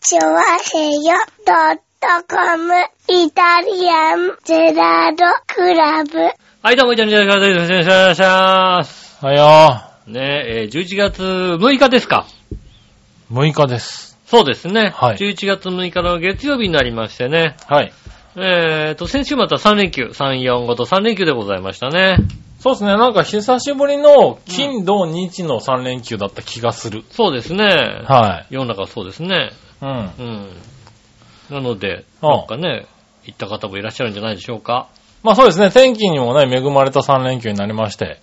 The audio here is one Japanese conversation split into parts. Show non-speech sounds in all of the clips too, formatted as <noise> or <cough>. チョワヘヨドットコムイタリアンゼラードクラブ。はい、どうも、いただきました。よろしくお願いします。はいよねえ、えー11月6日ですか。ー。6日です。そうですね。はい11月6日の月曜日になりましてね。はい。えーと、先週また3連休、3、4、5と3連休でございましたね。そうですね、なんか久しぶりの金、土、日の3連休だった気がする。そうですね。はい。世の中そうですね。うん。うん。なので、あなんかね、行った方もいらっしゃるんじゃないでしょうか。まあそうですね、天気にもね、恵まれた3連休になりまして。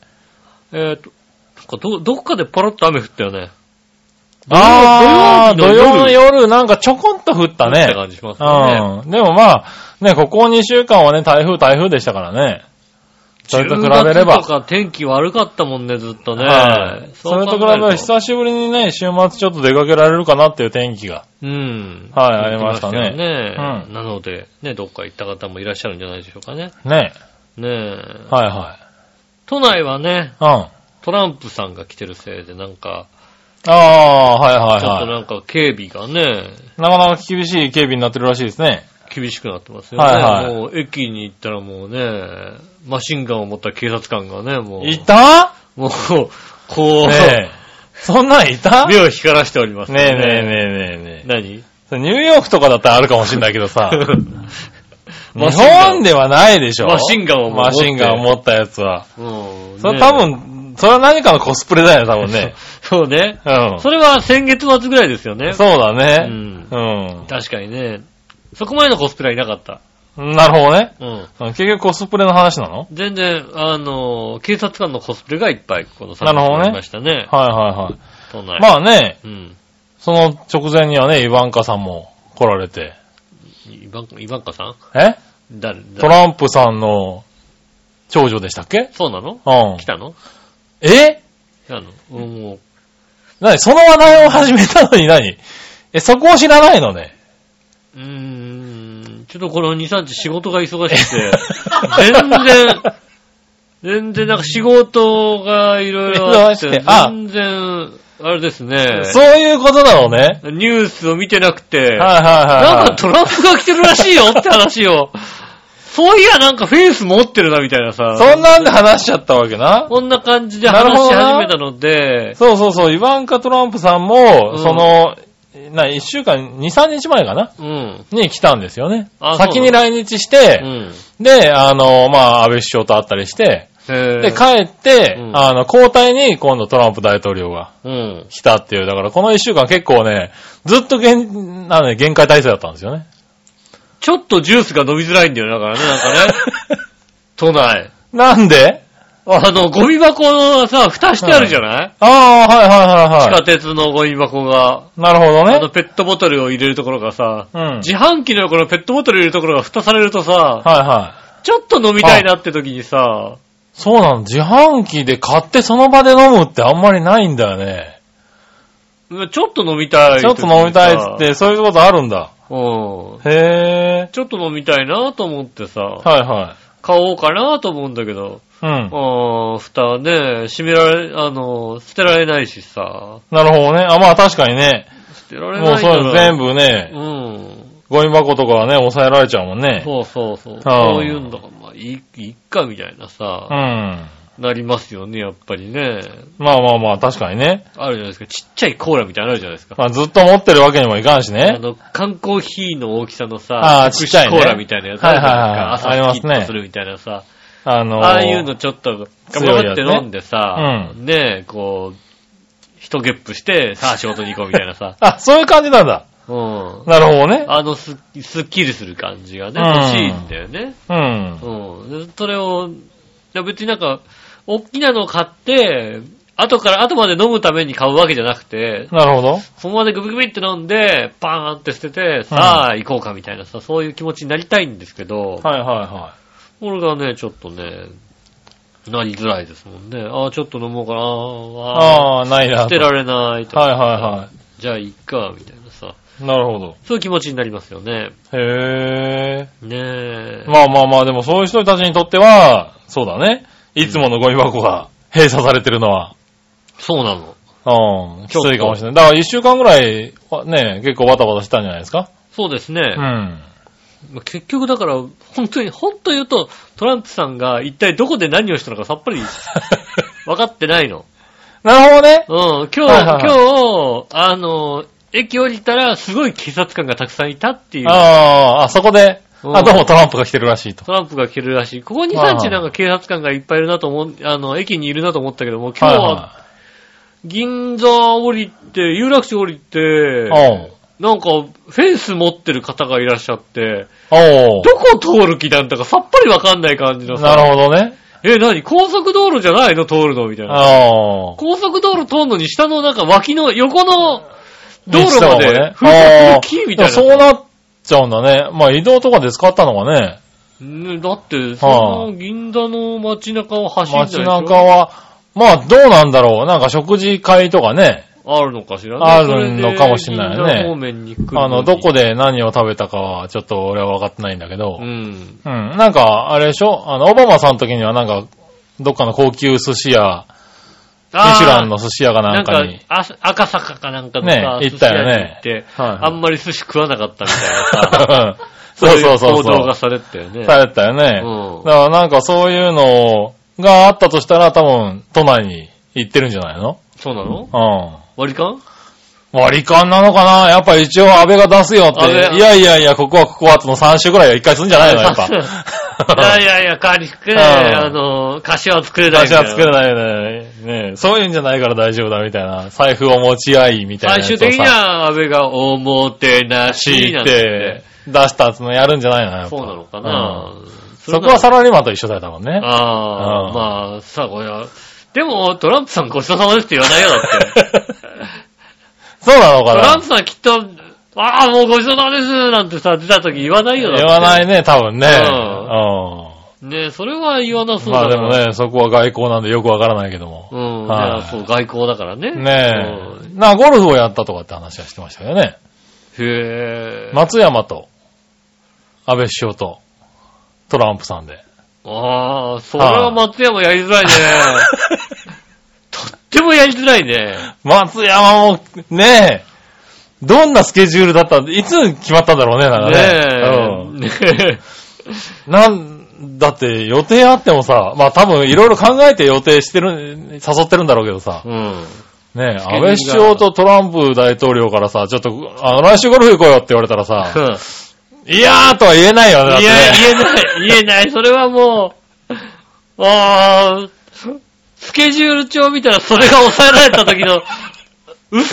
えーと、なんかど、どっかでパラッと雨降ったよね。あー、土土曜曜日の夜の夜、なんかちょこんと降った降ったね。感じしますよね。うん。でもまあ、ね、ここ2週間はね、台風、台風でしたからね。それと比べれ10ば月。とか天気悪かったもんね、ずっとね。はい。それと比べれば、久しぶりにね、週末ちょっと出かけられるかなっていう天気が。うん。はいありましたねありねうなので、ね、どっか行った方もいらっしゃるんじゃないでしょうかね。ね。ねえ。はいは都内はね、い。うん。トランプさんが来てるせいで、なんか、ああ、はいちょっはといはなんか警備がね、い。なかなか厳しい警備になってるらしいですね。厳しくなってますよね。はいはいもう駅に行ったらもうね、マシンガンを持った警察官がね、もう、いたもう、こう、ねえ。そんなんいた目ねを光らしておりますえよねえねえねえね何 <laughs> えそれニューヨークとかだったらあるかもしれないけどさ。マ日シンガン本ではないでしょ。マシンガンを持ってマシンガンを持ったやつは。うん。それね多、分、それは何かのコスプレだよ、多 <laughs> 分ね。そうね。うん。それは先月末ぐらいですよね。そうだうね。んう。ん。確かにね。そこまでのコスプレはいなかった。なるほどね。うん。うん結局コスプレの話なの全然、あの、警察官のコスプレがいっぱい、この3なるほどあねりましたね。はいはいはい。都内。まあね、うん。その直前にはね、イバンカさんも来られて。イバンイバンカさんえ誰ト誰ランプさんの長女でしたっけそうなのうん来。たのえ来たのうんもう、なにその話題を始めたのに何え、そこを知らないのね。うーん、ちょっとこの2、3日仕事が忙しくて、全然、全然なんか仕事がいろいろあって、忙しくてあ全然、あれですね、 <laughs> そういうことなのね。ニュースを見てなくて、はいなんかはトランプが来てるらしいよって話を、そういやなんかフェイス持ってるなみたいなさい、はい。そんなんで話しちゃったわけな。こんな感じでなる話ほしどな始めたので、そうそうそう、イバンカ・トランプさんうんも、その、な、一週間、二、三日前かなうん、に来たんですよねあ。先にそう来日しうて、ん。で、あの、まあ、安倍首相と会ったりして、でで、帰って、うんあの、交代に今度トランプ大統領がうん。来たっていう、だからこの一週間結構ね、ずっと限、なのね、限界体制だったんですよね。ちょっとジュースが飲みづらいんだよね、だからね、 <laughs> なんかね。都内。なんであの、ゴミ箱のさ、蓋してあるじゃない、ああ、はいはいはい地下は鉄のゴミ箱が。い。なるほどあの、ね。ペットボトルを入れるところがさ、うん自販機の横のペットボトル入れるところが蓋されるとさ、はいはい。ちょっと飲みたいなって時にさ、そうなの、自販機で買ってその場で飲むってあんまりないんだよね。ちょっと飲みたいちょっと飲みたいっつっ時にさ。て、そういうことあるんだ。うん。へえ。ちょっと飲みたいなと思ってさ、はいは買おうかなと思うんだけど、い。うん。あー蓋ね、閉められ、あの、捨てられないしさ、なるほどね。あ、まあ確かにね。捨てられもなういそういうの全部。部ね、うん。ゴミ箱とかはね、抑えられちゃうもんね。そうそうそう。あーそういうのが、まあ、いい、いっか、みたいなうさ、ん。なりますよね、やっぱりね。まあまあまあ、確かにね。あるじゃないですか。ちっちゃいコーラみたいなのあるじゃないですか。まあ、ずっと持ってるわけにもいかんしあね。の、缶コーヒーの大きさのあさー、ちっちゃいねコーラみたいなやつあるじゃないですか。はいはい朝はいスキッありますとねするみたいなさ。あのーああいうのちょっと、ガバガバって飲んでさ、強いやつ。ねえ、こう、一ゲップして、さあ仕事に行こうみたいなさあ、 <laughs> そういう感じなんだ。うん。なるほどね。あのす、すっきりする感じがね、うん欲しいんだよね。うん。うん。でそれを、いや別になんか、大きなのを買って、後から、後まで飲むために買うわけじゃなくて、なるほど。そのままでグビグビって飲んで、パーンって捨てて、さあ行こうかみたいなさ、そういう気持ちになりたいんですけど、はいはいはこれがね、ちょっとね、なりづらいですもんね。ああ、ちょっと飲もうかな。い。ああ、ああ、ないな。捨てられないとか。はいはじゃあ、いっか、みたいなさ。いはい。なるほど。そういう気持ちになりますよね。へえ。ねえ。まあまあまあ、でもそういう人たちにとっては、そうだね。いつものゴミ箱が閉鎖されてるのは。そうなの。うん。きついかもしれない。だから一週間ぐらい、わね、結構バタバタしたんじゃないですかそうですうね。ん。まあ結局だから、本当に、本当言うと、トランプさんが一体どこで何をしたのかさっぱ <laughs> り分かってないの。なるほどね。うん、今日、はいはい今日、あの、駅降りたらすごい警察官がたくさんいたっていう、ああ、あそこで、うんあ、どうもトランプが来てるらしいと。トランプが来るらしい。ここ2、はい3はい日なんか警察官がいっぱいいるなと思う、あの、駅にいるなと思ったけども、今日は銀座降りて、有楽町降りてい、はい。なんかフェンス持ってる方がいらっしゃって、おうおどこ通る気なんだかさっぱりわかんない感じのうさ。なるほどね。え、何高速道路じゃないの通るのみたいな。ああ。高速道路通るのに下のなんか脇の横の道路ま道で路風まあ速あキーみたいな。そうなっちゃうんだね。まあ移動とかで使ったのがね、ねだって、その銀座の街中を走るんだ街でしょ中は、まあどうなんだろう。なんか食事会とかね、あるのかしらあるのかもしれないねそで銀座方面に来るにあの、どこで何を食べたかはちょっと俺は分かってないんだけどう、ん。うん、なんかあれでしょあの、オバマさんの時にはなんか、どっかの高級寿司屋、ミシュランの寿司屋かななんんかかに。、あ赤坂かなんかのねさ、行ったよね寿司屋に行って、はいはいあんまり寿司食わなかったみたいなさ <laughs> そうそ <laughs> うそう行動そがう。されてたよね。されたよね。うんだからなんかそういうのがあったとしたら多分都内に行ってるんじゃないのそうなのうん。割り勘割り勘なのかなやっぱ一応安倍が出すよって。安倍いやいやいや、ここはここはっての3週ぐらいは一回するんじゃないのやっぱ。 <laughs> いやいやいや、カニ食え、うんあの、柏は作れないみ私たいはな。作れないよね。ねそういうんじゃないから大丈夫だみたいな。財布を持ち合いみたいなや最つを終さ。的には、安倍がおもてなし強ないんてて。出したのやるんじゃないのやっぱそうなのかなうん。れそなこはサラリーマンと一緒だよ、多分ね。あうあ、んまあ、さあ、これは。でも、トランプさんごちそうさまですって言わないよ、だ <laughs> って。そうなのトかランなプさんきっと、ああ、もうごちそうさまですなんてさ、出た時言わないよ、だって言わないね、多分ね。ううねそれは言わなそうん。<laughs> だまかあでら。も <laughs> ね、そこは外交なんでよくわからないけども。うん、じゃはいあそう、外交だからね。ねえ。な、ゴルフをやったとかって話はしてましたよね。え。へえ。松山と、安倍首相と、トランプさんで。ああ、それは松山やりづらいね。とってもやりづらいね。松山も、ねえ、どんなスケジュールだったいつ決まったんだろうね、なんかね。ねえ。ねうん。なん、だって予定あってもさ、まあ多分いろいろ考えて予定してる、誘ってるんだろうけどさえ。、うん。ケジュールねえ、が安倍首相とトランプ大統領からさ、ちょっと、あの、来週ゴルフ行こうよって言われたらさ、いやーとは言えないよね、だっいてねや、言えない、言えない。それはもう、ああ、スケジュール帳見たらそれが抑えられた時の、 <laughs> 嘘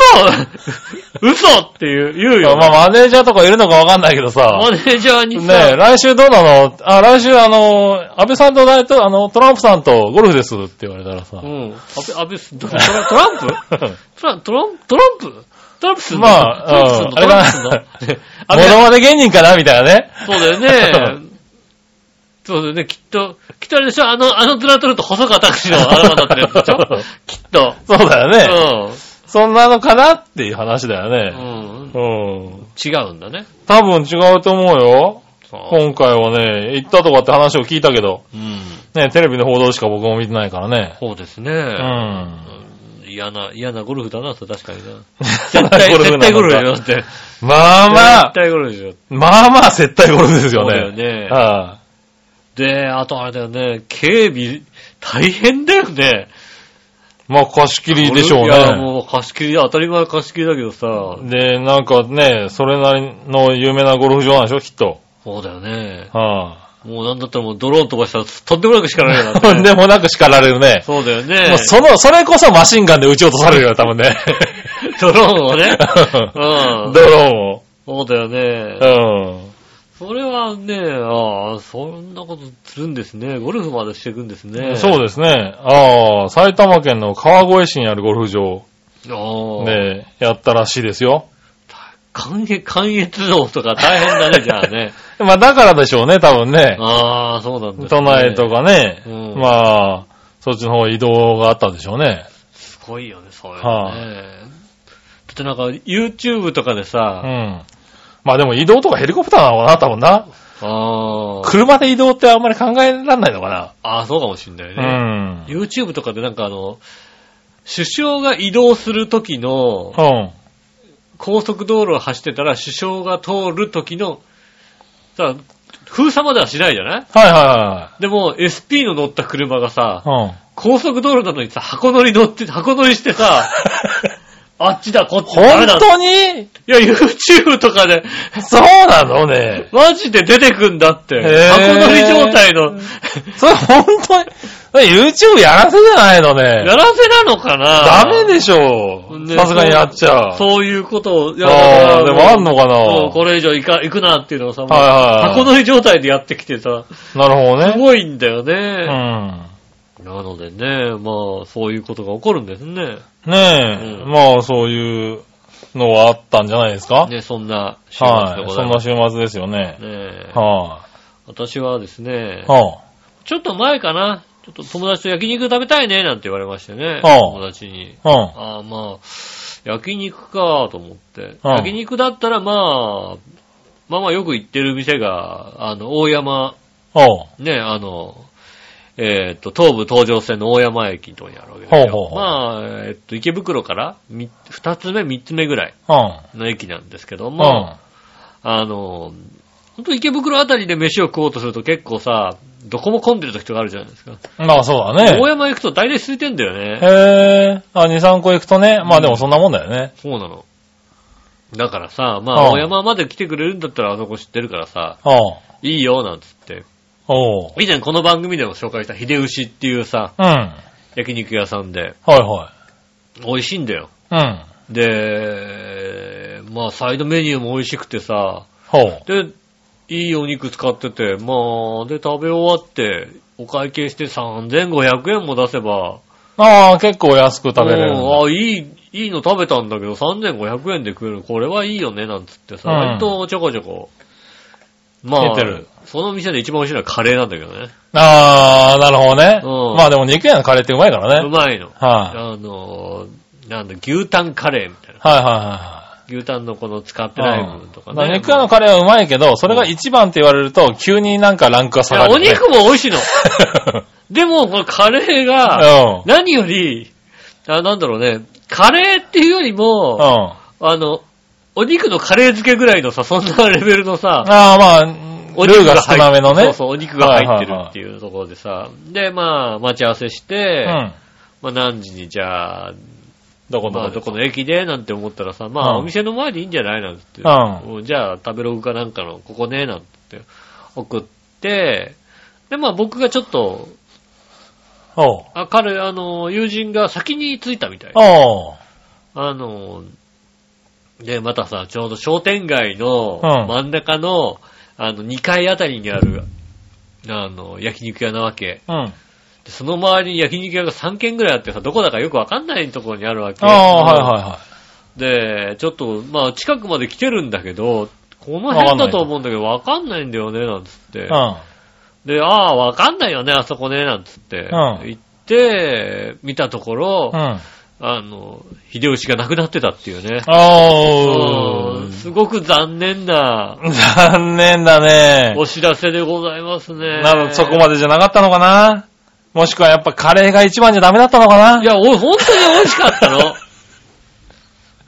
嘘っていう、言うよ。まあマネージャーとかいるのかわかんないけどさ、マネージャーにねえ、さ、来週どうなのあ、来週あの、安倍さんと大統あの、トランプさんとゴルフですって言われたらさう。ん。安倍、安倍す、どトラトラ <laughs> ンプトラトランプトランプトランプすんのまトランプすんのあ、うん、あトれランかプすんのな。安モ倍ノマネ芸人かなみたいなね。そうだよね。そうだよね、きっと。きっとあれでしょあの、あのトラトルと細川拓司の頭だったやつでしょ <laughs> きっと。そうだよね。うそんなのかなっていう話だよね。ん。うん。うん。違うんだね。多分違うと思うよ。そう今回はね、行ったとかって話を聞いたけど、うん。ね、テレビの報道しか僕も見てないからね。そうですね。うん。うん嫌な、嫌なゴルフだな、それ確かにな。絶 <laughs> 絶対、絶対ゴルフでしょ、だって。まあまあ絶、対ゴルフでしょ。まあまあ接待ゴルフですよね。そうだよねはで、あとあれだよね、警備、大変だよね。いまあ貸し切りでしょうね。いや、もう貸し切り、当たり前貸し切りだけどさ。で、なんかね、それなりの有名なゴルフ場なんでしょ、きっと。そうだよね。はもうなんだったらもうドローン飛ばしたらとんでもなく叱られるよあ、うになって <laughs> でもなく叱られるね。そうだよもねう。その、それこそマシンガンで撃ち落とされるよ、多分ね。ドローンを <laughs> ね。うん。ドロそうだよねーン。を。うん。それはね、ああ、そんなことするんですね。ゴルフまでしていくんですね。そうですね。ああ、埼玉県の川越市にあるゴルフ場ああ。でやったらしいですよ。関越、関越道とか大変だね、じゃあ <laughs> ね。まあだからでしょうね、多分ね。ああ、そうなんです都内と。かね、うんまあ、そっちの方移動があったんでしょうね。すごいよね、そういうのはねあ。だってなんか、YouTube とかでさ、うあん。まあでも移動とかヘリコプターなのかな、多分な。あー、車で移動ってあんまり考えられないのかああ、そうかもしんないね。な。うん。 YouTube とかでなんかあの、首相が移動する時の、うん。高速道路を走ってたら首相が通る時の、さ、封鎖まではしないじゃないはいはでも SP の乗った車がさい、はい。うん。高速道路なのにさ、箱乗り乗って、箱乗りして <laughs> さ、あっちだ、こっちだ、あれだ本。当にいや、YouTube とかで、そうなのね。マジで出てくんだって。へー箱乗り状態の、それ本当に、それ YouTube やらせじゃないのね。やらせなのかなダメでしょね。さすがにやっちゃう。そういうことを、いやああ、だでからもあんのかなそうこれ以上行か行くなっていうのをさ、もうはいはいはい箱乗り状態でやってきてさ、なるほどすね。ごいんだよね。うん。なのでね、まあ、そういうことが起こるんですね。ねえ、うんまあそういうのはあったんじゃないですか、ね、そんな週末はでい。ごそざいんなます。週末ですよね。ねえは私はですねい、、はちょっと前かな、ちょっと友達と焼肉食べたいね、なんて言われましてね、ああ友達に。い。うん。ああ、まあ、焼肉かと思って。ああ焼肉だったらまあ、まあまあよく行ってる店が、あの、大山、おう。ね、あの、えっ、と、東武東上線の大山駅のとこにあるわけですよ。ほうほうほうまあ、えっ、と、池袋からみ二つ目、三つ目ぐらい。うん。の駅なんですけどうも、ん。あの、ほんと池袋あたりで飯を食おうとすると結構さ、どこも混んでる時とかあるじゃないですか。まあそうだ大ね。山行くと大体空いてんだよね。へえ。あ、2、3個行くとね。まあでもそんなもんだよね。そうなの。だからさ、まああ、あ大山まで来てくれるんだったらあそこ知ってるからさ、うん。いいよ、なんつって。おう。以前この番組でも紹介した秀牛っていうさ、うん。は焼肉屋さんで、いは美味しいんだよ。い。うん。で、まあ、サイドメニューも美味しくてさ、ほう。で、いいお肉使ってて、まあ、で、食べ終わって、お会計して3500円も出せば、ああ、結構安く食べれるんだ。もうあ、いい、いいの食べたんだけど、3500円で食える、これはいいよね、なんつってさ、うん割とちょこちょこ。まあ出てる、その店で一番美味しいのはカレーなんだけどね。ああ、なるほどね。うんまあでも肉屋のカレーってうまいからうね。まいの。はい、あの、なんだ、牛タンカレーみたいな。はいはいはい。牛タンのこの使ってない部分とかうんだからね。肉屋のカレーはうまいけど、それが一番って言われると、急になんかランクがい下がや、るおよね、 <laughs> 肉も美味しいの。でも、これカレーが、 <laughs> 何より、あなんだろうね、カレーっていうよりうん。うん。も、ああの、お肉のカレー漬けぐらいのさ、そんなレベルのさ、あ、まあ、おル肉ーが少なめのそねう。そう、お肉が入ってるっていうところでさ、で、まあ、待ち合わせして、うん。まあ、何時にじゃあ、どこまあ、どどここの駅でなんて思ったらさ、まあ、うんお店の前でいいんじゃないなんつって、うんうんじゃあ、食べログかなんかの、ここね、なんつって、送って、で、まあ、僕がちょっと、おう。あ、彼、あの、友人が先に着いたみたい。おう。あの、で、またさ、ちょうど商店街のうん真ん中の、あの、2階あたりにある、あの、焼肉屋なわけ。うん。でその周りに焼肉屋が3軒ぐらいあってさ、どこだかよくわかんないところにあるわけ。ああ、はいはいはい。で、ちょっと、まあ、近くまで来てるんだけど、この辺だと思うんだけど、わかんないんだよね、なんつって。うで、ああ、わかんないよね、あそこね、なんつって。うん行って、見たところ、ん。うん。あの、秀吉が亡くなってたっていうね。おう。うんすごく残念な残念だね。お知らせでございますね。なるそこまでじゃなかったのかなもしくはやっぱカレーが一番じゃダメだったのかないや、お、本当に美味しかった <laughs> の。い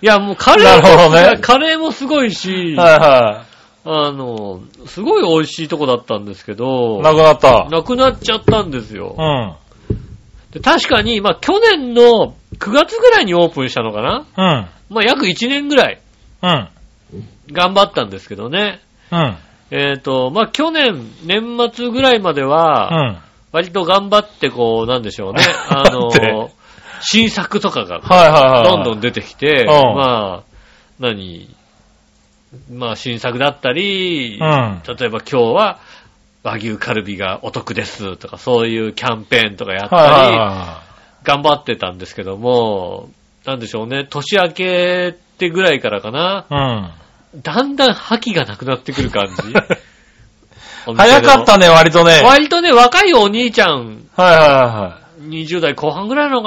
や、もうカレーも、なるほどねいやカレーもすごいし、はいはあの、すごい美味しいとこだったんですけどい。、なくなった。なくなっちゃったんですよう。ん。で確かに、まあ、去年の9月ぐらいにオープンしたのかなうん。まあ、約1年ぐらいうん。頑張ったんですけどね。うん。えっ、と、まあ、去年、年末ぐらいまでうは、ん。割と頑張って、こう、なんでし <laughs> ょうね。あ頑張のって、新作とかが、はいはいはい。どんどん出てきて、んまあ、何、まあ、新作だったり、うん例えば今日は、和牛カルビがお得ですとか、そういうキャンペーンとかやったり、はいはいは頑張ってたんですけども、なんでしょうね、年明けってぐらいからかな、いはい。だんだん覇気がなくなってくる <laughs> 感じ。おう店のん。早かったね、割とね。はい割とね、若いお兄ちゃん、はいは20代後半ぐらいなの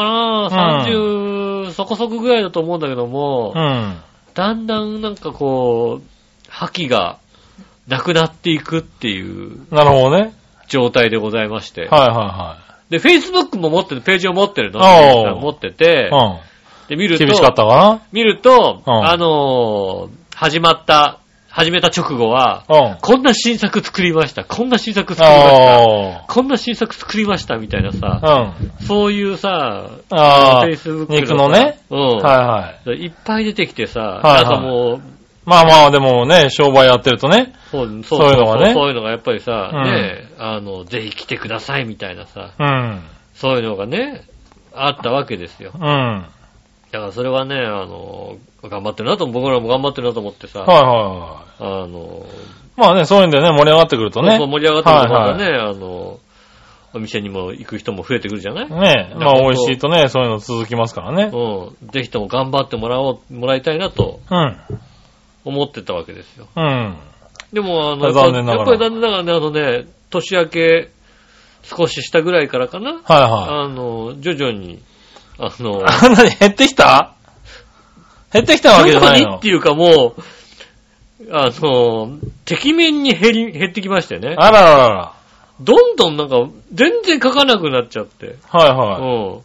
かな、30そこそこぐらいだと思うんだけども、いはい。だんだんなんかこう、覇気がなくなっていくっていううん。なるほどね。状態でございまして、はいはで、Facebook も持ってる、ページを持ってるの。おう持ってて、うで、見るん。と、厳しかったか見ると、うんあのー始まった、始めた直後は、なうん。こんな新作作りました、こんな新作作りました、あこんな新作作りました、みたいなさ、あ。うん。そういうさ、ああ。 Facebook 肉のね。うん。はいはい。いっぱい出てきてさ、はいなんかもう、まあまあ、でもね、商売やってるとね。そうそうそういうのがねそういうのがやっぱりさ、うんねえ、あの、ぜひ来てくださいみたいなさ、うん。そういうのがね、あったわけですよう。ん。はだからそれはね、あの、頑張ってるなと、僕らも頑張ってるなと思ってさ、いはいはあの、い。まあね、そういうんでね、盛り上がってくるとねそう。盛り上がってるとまたね、はあの、お店にも行く人も増えてくるじゃない、ねまあ美味しいとね、そういうの続きますからね。うん。ぜひとも頑張ってもらおう、もらいたいなとうん。思ってたわけですよ。うん。でも、あの、残念なやがっらぱり残念ながらね、あのね、年明け少ししたぐらいからかな、はいはい。あの、徐々に、あの、あんなに減ってきた減ってきたわけじ徐ゃな々いにっのて。いうかもう、あの、敵面に減り、減ってきましてね。あらららら。どんどんなんか、全然書かなくなっちゃって。はいうはい。ん。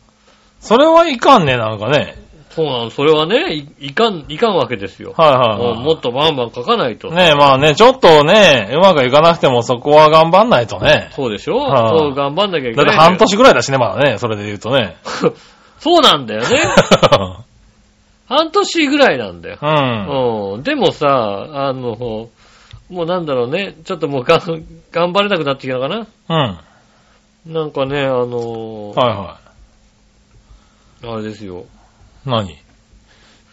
それはいかんね、なんかね。そうなの、それはね、いいかん、いかんわけですよ。はいはいもはうい。もっとバンバン書かないと。ねえ、まあね、ちょっとね、うまくいかなくてもそこは頑張んないとね。そうでしょ、はあそう、頑張んなきゃいけだっなてい。半。年ぐらいだしね、まだね、それで言うとね。 <laughs> そうなんだよね。半年ぐらいなんだよ。 <laughs> うん。うん。でもさ、あの、もうなんだろうね、ちょっともうがん頑張れなくなってきたのかなうん。なんかね、あのーはいはあれですよ。い。何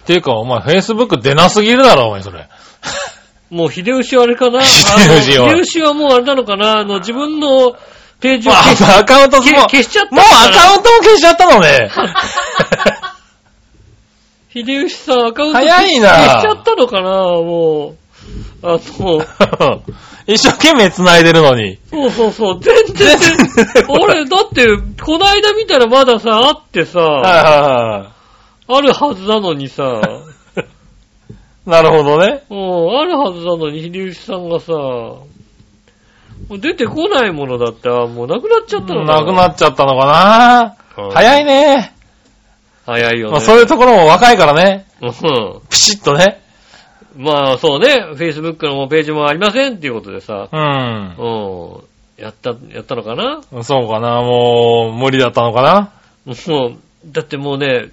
ていうか、お前、Facebook 出なすぎるだろ、お前、それ。もう秀吉はあれかな秀吉はあの秀吉はもうあれなのかなあの、自分のページをま消しあ、アカウントも、けもうア消しちゃったのかなカウントも消しちゃったのね。 <laughs> 秀吉さんアカウント早いな消しちゃったのかなもう。あ、そう。一生懸命繋いでるのに。そうそうそう。全然、 <laughs> 俺、だって、こないだ見たらまださ、あってはいさ、はいはあるはずなのにさ、い。なるほどね。うん、あるはずなのに、秀吉さんがさ、もう出てこないものだって、あもうなくなっちゃったのなくなっっちゃったのかな早いね。早いよね。まあ、そういうところも若いからね。うんピシッとね。まあ、そうね、Facebook のページもありませんっていうことでさ、うん。うん、やった、やったのかなそうかな、もう、無理だったのかな。もう、だってもうね、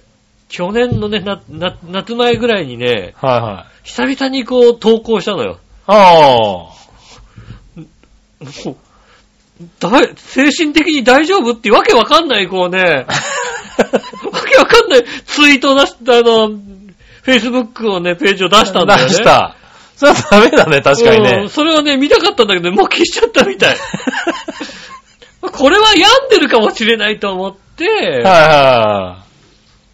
去年のね、な、な、夏前ぐらいにね、はいはい。久々にこう投稿したのよ。あもう、だい、精神的に大丈夫ってわけわかんない、 <laughs> こうね、わけわかんないツイートを出した、あの、Facebook をね、ページを出あ。したんだよね。出した。それはダメだね、確かにうんね。それをね、見たかったんだけど、もう消しちゃったみ <laughs> たい。これは病んでるかもしれないと思って、は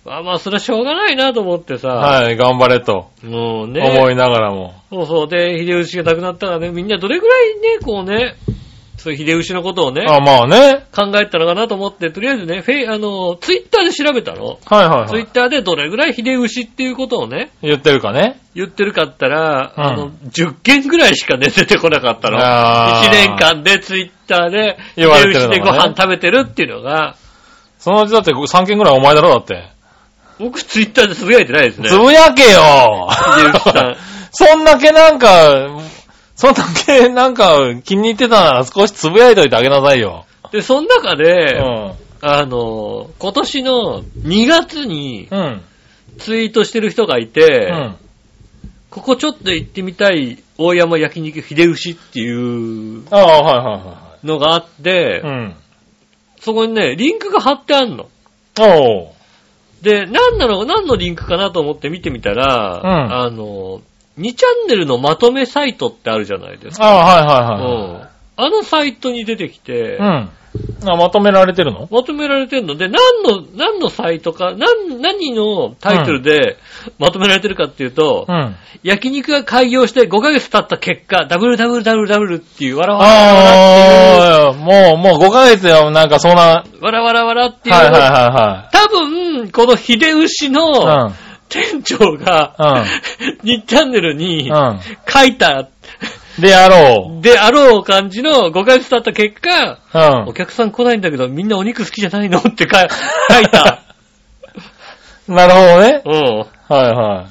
まあまあ、それはしょうがないなと思ってさ、いはい。はい、頑張れともうね、思いながらも。そうそう、で、秀吉が亡くなったらね、みんなどれぐらいね、こうね、そういう秀吉のことをね、あまあね。考えたのかなと思って、とりあえずね、フェイ、あの、ツイッターで調べたの。はいはいツはイッい。ターでどれぐらい秀吉っていうことをね、言ってるかね。言ってるかったら、うんあの、10件ぐらいしかね、出てこなかったの。あー1年間でツイッターで、言われて秀るのがね吉でご飯食べてるっていうのが、そのうちだって3件ぐらいお前だろ、だって。僕ツイッターでつぶやいてないですね。つぶやけよ秀吉さん <laughs> そんだけなんか、そんだけなんか気に入ってたなら少しつぶやいといてあげなさいよ。で、その中で、うん。あの、今年の2月にうん。ツイートしてる人がいて、うん。ここちょっと行ってみたい大山焼肉秀吉っていうああ、はいはいはのがあって、いはい。うん。そこにね、リンクが貼ってあんの。おう。で、何なの、何のリンクかなと思って見てみたら、うんあの、2チャンネルのまとめサイトってあるじゃないですか。ああ、うはいはいはん。い。あのサイトに出てきて、うん。あ、まとめられてるのまとめられてるので、何の、何のサイトか、何、何のタイトルでまとめられてるかっていうと、うん。焼肉が開業して5ヶ月経った結果、WWW っていう、わらわらわらっああ、もう、もう5ヶ月よ、なんかそんな、はていう、わらわらわらっていいう、はいは多分、この秀牛いのはい。店長が、2チャンネルにうん。うん。書いたであろう。であろう感じの5ヶ月経った結果、うお客さん来ないんだけど、みんなお肉好きじゃないのって <laughs> か書いた。ん。なるほどね。うん。はいは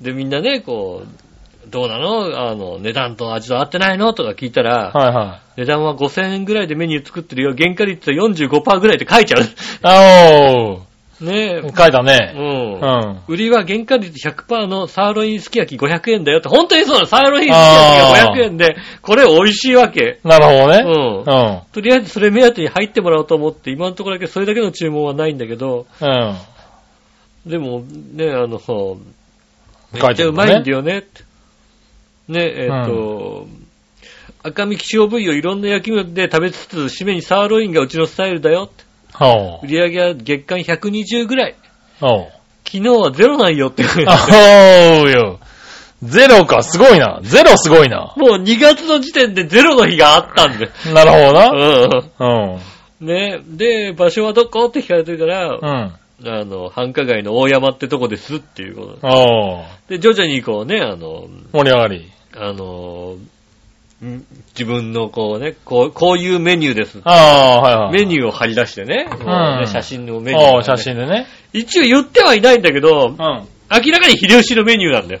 で、みんなね、こう、どうなのあの、値段と味と合ってないのとか聞いたら、い。はいはい。値段は5000円ぐらいでメニュー作ってるよ。原価率は45%ぐらいって書いちゃ <laughs> あおー。う。ね書いたえ。ね。う。うんん。あ売りは原価率100%のサーロインすき焼き500円だよって、本当にそうなの。サーロインすき焼きが500円で、これ美味しいわけ。なるほどね。うんうん。とりあえずそれ目当てに入ってもらおうと思って、今のところだけそれだけの注文はないんだけど、うん。でもね、あの、め書っいちてゃるうもまんいんだね。よねって。ねえ、っと、赤身希少部位をいろんな焼き物で食べつつ、締めにサーロインがうちのスタイルだよって。お売う。り上げは月間120ぐらい。おう。昨日はゼロなんよって。あおうよ。ゼロか、すごいな。ゼロすごいな。もう2月の時点でゼロの日があったんで。なるほどな。ううん。ん。ねで、場所はどこって聞かれてるから、うん。あの、繁華街の大山ってとこですっていうこと。おう。で、徐々にこうね、あの、盛り上がり。あの、ん自分のこうね、こう、こういうメニューです。ああ、はいはい。メニュー。ューを貼り出してね、んもうね写真のメニュー、ああ、写。真でね。一応言ってはいないんだけど、うん。明らかに秀吉のメニューなんだよ。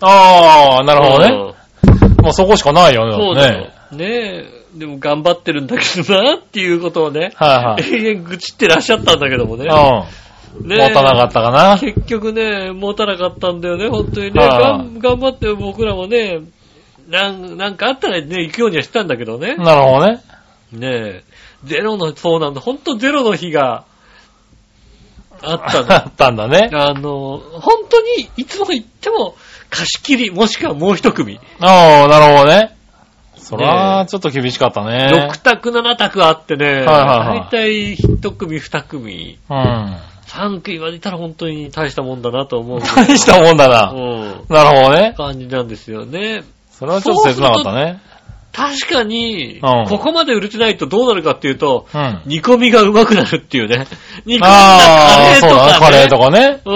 ああ、なるほどね。ね。もうそこしかないよね。そうだよ。ねえ。でも頑張ってるんだけどな、っていうことをね、はいはい。永遠愚痴ってらっしゃったんだけどもね。うねん。持たなかったか <laughs> な。結局ね、持たなかったんだよね、本当にね。はいがん頑張って僕らもね、なんなんかあったらね、行くようにはしたんだけどね。なるほどね。ねえ、ゼロの、そうなんだ、本当ゼロの日があった <laughs> んあだ。ったんだね。あの、本当にいつも行っても貸し切り、もしくはもう一組。ああ、なるほどね。そねら、えちょっと厳しかったね。 6択、7択あってね、いはいは大い体1組、2組、うん。 3組までいたら本当に大したもんだなと思う。 <laughs> 大したもんだな。うん。なるほどね。感じなんですよね。それはちょっと切なかったね。確かに、うんここまで売れてないとどうなるかっていうと、うん。煮込みがうまくなるっていうね。煮込みああ、そうだなな、カカレレーーととかね。かね。う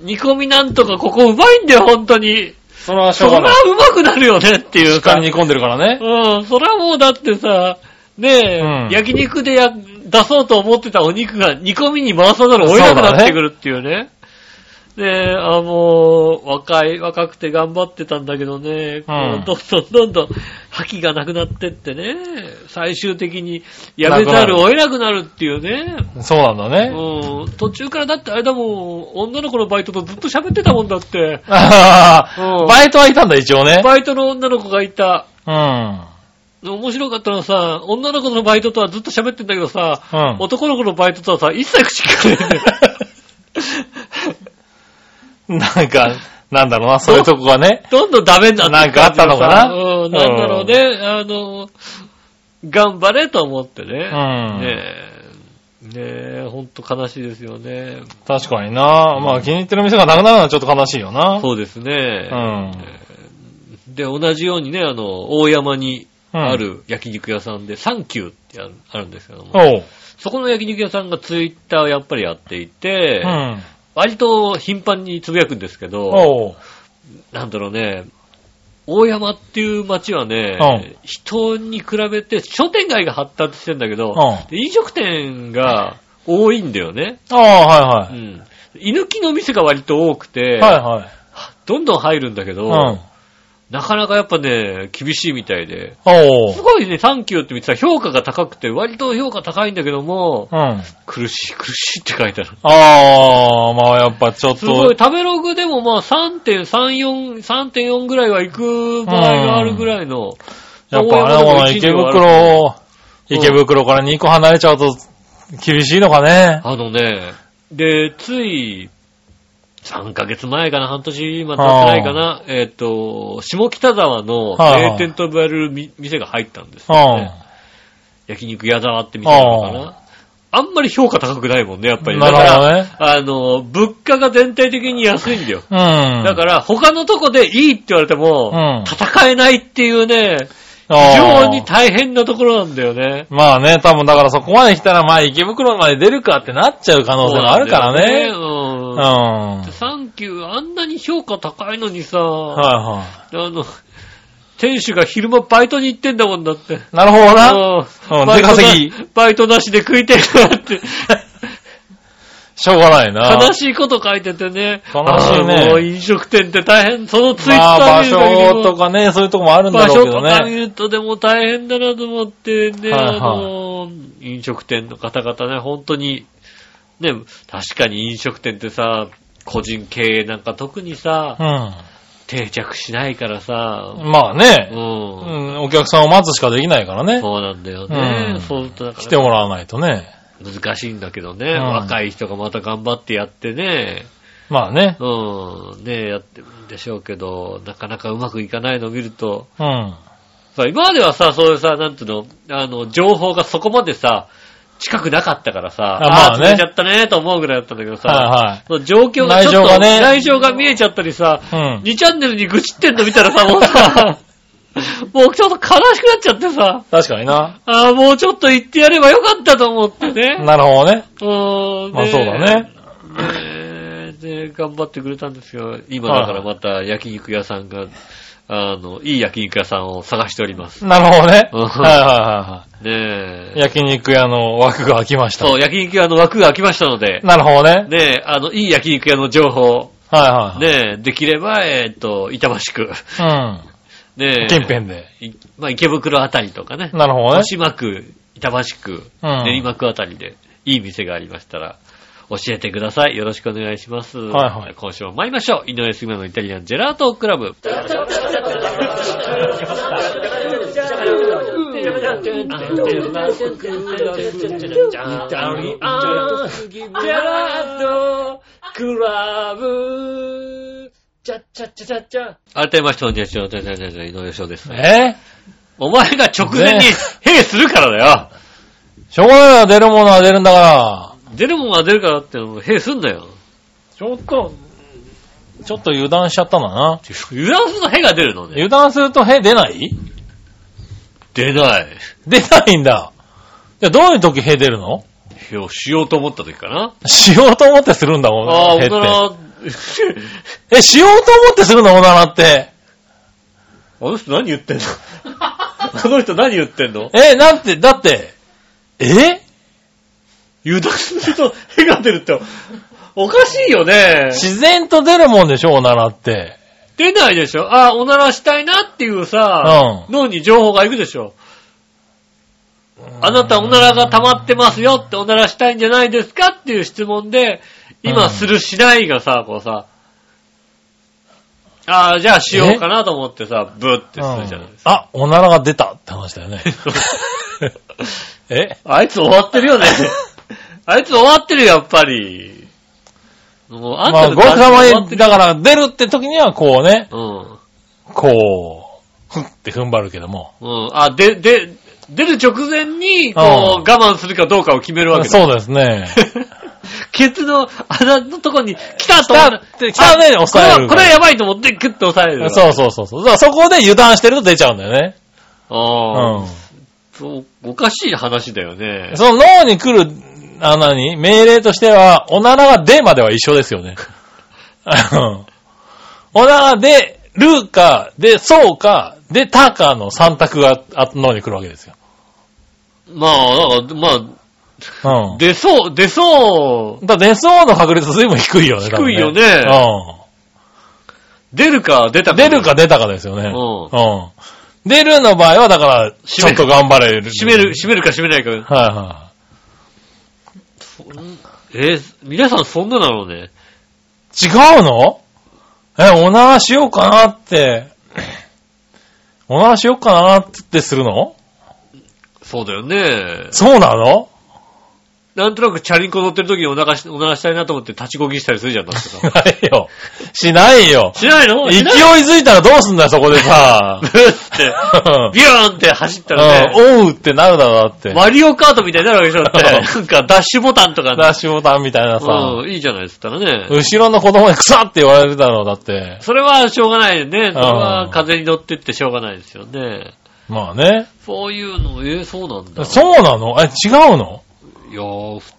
ん。煮込みなんとかここうまいんだよ、本当に。それはしそょうりゃがうない。まくなるよねっていう時か。間煮込んでるからね。うん。そりゃもうだってさ、ねえ、うん焼肉でや出そうと思ってたお肉が煮込みに回さざるを得なくなってくるっていうね。で、あ、もう、若い、若くて頑張ってたんだけどね、こうどんどんどんどん覇気がなくなってってね、最終的にやめざるを得なくなるっていうね。そうなんだね。うん、途中からだってあれだもん、女の子のバイトとずっと喋ってたもんだって。あうんあ、バイトはいたんだ、一応ね。バイトの女の子がいた。うん。面白かったのはさ、女の子のバイトとはずっと喋ってんだけどさ、うん男の子のバイトとはさ、一切口聞かないん <laughs> だよ <laughs> なんか、なんだろうな、そういうとこがね。どんどんダメになってなんかあったのかなうん、なんだろうね、あの、頑張れと思ってね。 <laughs> うんねえ、ねえ、ほんと悲しいですよね。確かにな。まあ気に入ってる店がなくなるのはちょっと悲しいよな。そうですね。うん。で、同じようにね、あの、大山にうんある焼肉屋さんで、サンキューってあるあるんですけども、おう。そこの焼肉屋さんがツイッターをやっぱりやっていて、うん。割と頻繁につぶやくんですけど、おう。なんだろうね、大山っていう街はね、うん人に比べて商店街が発達してんだけど、うで飲食店が多いんだよね。ああ、はいうはん。居抜きの店が割と多くて、い。はいはい。どんどん入るんだけど、うん。なかなかやっぱね、厳しいみたいで、おすう。ごいね、サンキューって見てたら評価が高くて、割と評価高いんだけども、うん。苦しい、苦しいって書いてある。ああ、まあやっぱちょっすごい、と、食べログでもまあ3.34、3.4ぐらいは行く場合があるぐらいの。やっぱあれだもんな、池袋、うん池袋から2個離れちゃうと厳しいのかね。あのね、で、つい、3ヶ月前かな、半年ま経ってないかな、えっ、と、下北沢の名店と呼ばれるみ店が入ったんですうよ、ねん。。焼肉矢沢ってみたいなのかな。あんまり評価高くないもんね、やっぱり。だかなら、るあの、物価が全体的に安いんだよ。うん。だから、他のとこでいいって言われても、うん戦えないっていうね、非あー常に大変なところなんだよね。まあね、多分だからそこまで来たら、まあ池袋まで出るかってなっちゃう可能性があるからね。。そううんなんだよねはうん。サンキュー、あんなに評価高いのにさ、いはあの、店主が昼間バイトに行ってんだもんだって。なるほどな。ううんんバイトな出稼ぎバイトなしで食いてるな <laughs> って。しょうがないな。悲しいこと書いててね。悲しいねあーもう飲食店って大変。そのツイッまあター場見る限りも所とかね、そういうとこもあるんだ場ろ所うけとどか見ね。るとでも大変だなと思ってね、はいはいあの、飲食店の方々ね、本当に、ね、確かに飲食店ってさ、個人経営なんか特にさ、定着しないからさう、ん。まあう、ね、うんん、お客さんを待つしかできないからね。そうなんだよね。うんそうするとなんか来てもらわないとね。難しいんだけどね、うん若い人がまた頑張ってやってね、まあね。うん、ね、やってるんでしょうけど、なかなかうまくいかないのを見ると、うん。さ、今まではさ、そういうさ、なんていうの、あの、情報がそこまでさ、近くなかったからさ、あまあねー潰れちゃったね、と思うぐらいだったんだけどさ、はその状況がちょっと、内情がね内情が見えちゃったりさ、いはい。うん。 2チャンネルに愚痴ってんの見たらさ、もう <laughs> さ、もうちょっと悲しくなっちゃってさ、確かにな。ああ、もうちょっと言ってやればよかったと思ってね。なるほどね。うーん、まあそうだね。ねで、頑張ってくれたんですよ。今だからまた焼肉屋さんが、あの、いい焼肉屋さんを探しております。なるほどね。うんはいはねいはいはい。焼肉屋の枠が空きました。そう、焼肉屋の枠が空きましたので、なるほどね。ねえ、あの、いい焼肉屋の情報、はいはいはい。ねえ、できれば、えっ、と、板橋区、うねえ、ん。近辺で。いまあ、池袋あたりとかね、なるほどね豊。島区、板橋区、うん練馬区あたりで、いい店がありましたら、教えてください。よろしくお願いします。はいはい今週も参りましょう。井上杉村のイタリアンジェラートクラブ。改めまして、こんにちは。ジャジャジャジャ井上翔です。えお前が直前にね、へいするからだよ。しょうがないよ、出るものは出るんだから。出るもんは出るからって、へいすんだよ。ちょっと、ちょっと油断しちゃったんだな。油断するとへが出るのね。油断すると、へ、出ない出ない。出ないんだ。じゃあどういう時、へ出るのへをしようと思った時かな。しようと思ってするんだもん、ああ、へ大って。人、え、しようと思ってするの、おならって。 <laughs> あの人何言っ <laughs> てんのあの人何言ってんのえ、なんて、だって、え油断するとへが出るって、おかしいよね。自然と出るもんでしょ、おならって。出ないでしょああ、おならしたいなっていうさ、う脳に情報がいくでしょ。あなたおならが溜まってますよっておならしたいんじゃないですかっていう質問で、う今んするしないがさ、こうさ、ああ、じゃあしようかなと思ってさ、ブってするじゃないですか。あ、おならが出たって話だよね。えあいつ終わってるよ <laughs> ね。あいつ終わってるよ、やっぱり。もう、 <laughs> あんまあ、たごの感くさ情終わまってに、るだから出るって時にはこうね、うん。こう、ふんって踏ん張るけども。うん。あ、で、で、出る直前に、こう、我うん慢するかどうかを決めるわけだ。そうですね。 <laughs> ケツの穴のとこに来たと思だっって、来あたね、押これさえは、るこかれら。はやばいと思って、グッと押さえる。う。 <laughs> そうそうそうそう。だからそこで油断してると出ちゃうんだよね。ああ、うそうおかしい話だよねん。。その脳に来る、あ、なに、命令としては、おならが出までは一緒ですよね。 <laughs> うんおならが出るか、で、そうか、で、たかの三択があ脳に来るわけですよ。まあ、なんか、まあ、うん。出そう、出そう、だから出そうの確率随分低いよね。低いよね多分出るか、出たうん。か。出るか出たかですようね。。ん出るの場合は、だから、ち閉ょめるっと頑張れる。閉める、。閉めるか閉めないか。はいはえー皆さんそんななのね。い。違うのえ、おならしようかなって、おならしようかなってするのそうだよね。そうなのなんとなくチャリンコ乗ってる時にお腹し、おならしたいなと思って立ちこぎしたりするじゃん、だって <laughs> さ。ないよ。しないよ。しないの勢いしない。づいたらどうすんだよ、そこでさ <laughs> ブーって、ビューンって走ったらね、うん、おうってなるだろ、だって。マリオカートみたいになるわけでしょだって。なんかダッシュボタンとかダねッ。シュボタンみたいなさ。うん、いいじゃないですかね。後ろの子供にクサって言われるだろう、だって。それはしょうがないよね。それうはん風に乗ってってしょうがないですよね。まあね。そういうの、えーそうなんだ。そうなのえ、違うのいやー、ふ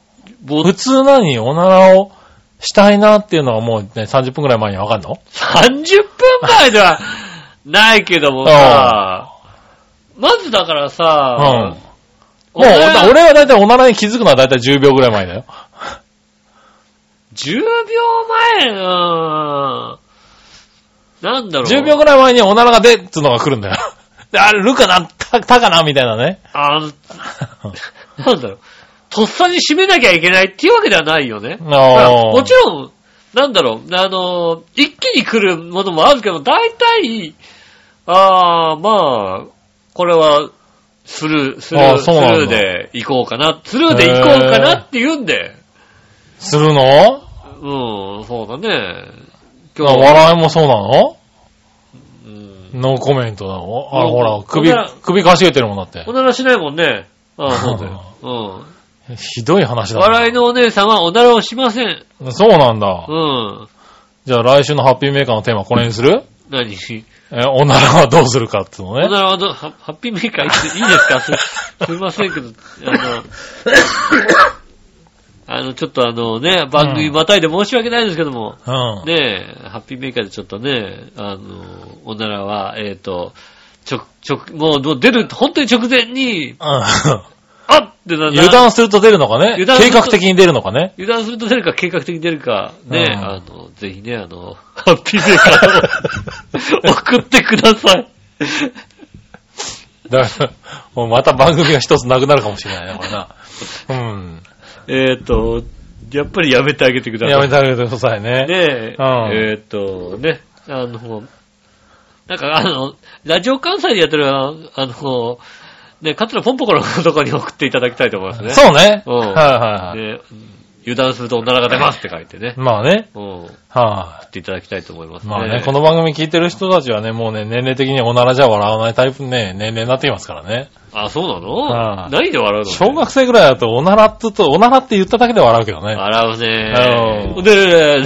ぼ普通何おならをしたいなっていうのはもうね、30分くらい前にわかんの30分前では、ないけどもさ、まずだからうん。さ、もう、俺俺はだいたいおならに気づくのはだいたい10秒ぐらい前だよ。 10秒前、うーん。なんだろう。 10秒ぐらい前におならが出っつうのが来るんだ <laughs> よ。であれ、るかなた、たかなみたいなね。あの、 <laughs> なんだろう。とっさに締めなきゃいけないっていうわけではないよね。まああーもちろん、なんだろう、あの、一気に来るものもあるけど、大体、ああ、まあ、これは、スルー、スルー、あースそうなんだルーで行こうかな、スルーで行こうかなって言うんで、するのうん、そうだね。あ今日は、笑いもそうなのうん、ノーコメントなのあうんほら、首おなら、首かしげてるもんだってお。ならしないもんね。ああ、そうだ <laughs> よ。うん。ひどい話だな。笑いのお姉さんはおならをしません。そうなんだう。ん。じゃあ来週のハッピーメーカーのテーマはこれにする何え、おならはどうするかっていうのおね。ならはど、ハハッピーメーカーいついい <laughs> ですかすすいませんけど、あの、あの、ちょっとあのね、番組またいで申し訳ないですけども、うん。ねえ、ハッピーメーカーでちょっとね、あの、おならは、えっ、と、ちょ、ちょ、もうもう出る、本当に直前に、うあっってな、ん油断すると出るのかね油断す計ると画的に出るのかね油断すると出るか計画的に出るか、ね、うんあの、ぜひね、あの、ハッピーメーカーを <laughs> 送ってください。だから、もうまた番組が一つなくなるかもしれないね、こ <laughs> れな。うん。えっと、やっぱりやめてあげてください。やめてあげてくださいね。ねえ、うんえーっと、ね、あの、なんかあの、ラジオ関西でやってる、あの、ね、カツラポンポコのとこに送っていただきたいと思いますね。そうね。うんはいはいはい。ねうん油断するとおならが出ますって書いてね。まあね。うん。送はっていただきたいと思いますい。ね。まあね、この番組聞いてる人たちはね、もうね、年齢的におならじゃ笑わないタイプね、年齢になっていますからね。あ、そうなのはい何で笑うの小学生ぐらいだと、おならって言うと、おならって言っただけで笑うけどね。笑うねうんで、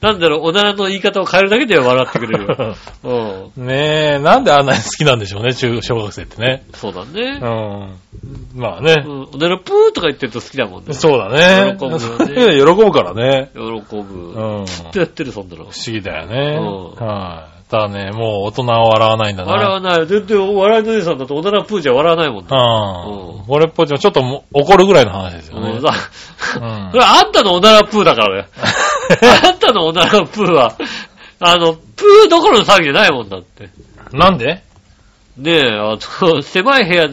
なんだろう、おならの言い方を変えるだけで笑ってくれる。うん。 <laughs> ねえ、なんであんなに好きなんでしょうね、中、小学生ってね。そうだうね。ん。まあね <laughs> う。ん。おならプーとか言ってると好きだ <laughs> もんね。そうだね。喜ぶよねそういう <laughs> の喜ぶからね。喜ぶ。うん。不思ずっとやってる、そんなの。議だよね。うんはい。ただね、もう大人は笑わないんだな。笑わない。全然、笑いの姉さんだと、おならプーじゃ笑わないもんね。ううんん。俺っぽっちもちょっとも怒るぐらいの話ですよもうね。さ、んそれ <laughs> はあんたのおならプーだからね。 <laughs> あんたのおならプーは、あの、プーどころの騒ぎじゃないもんだって。なんでねえ、あの、狭い部屋、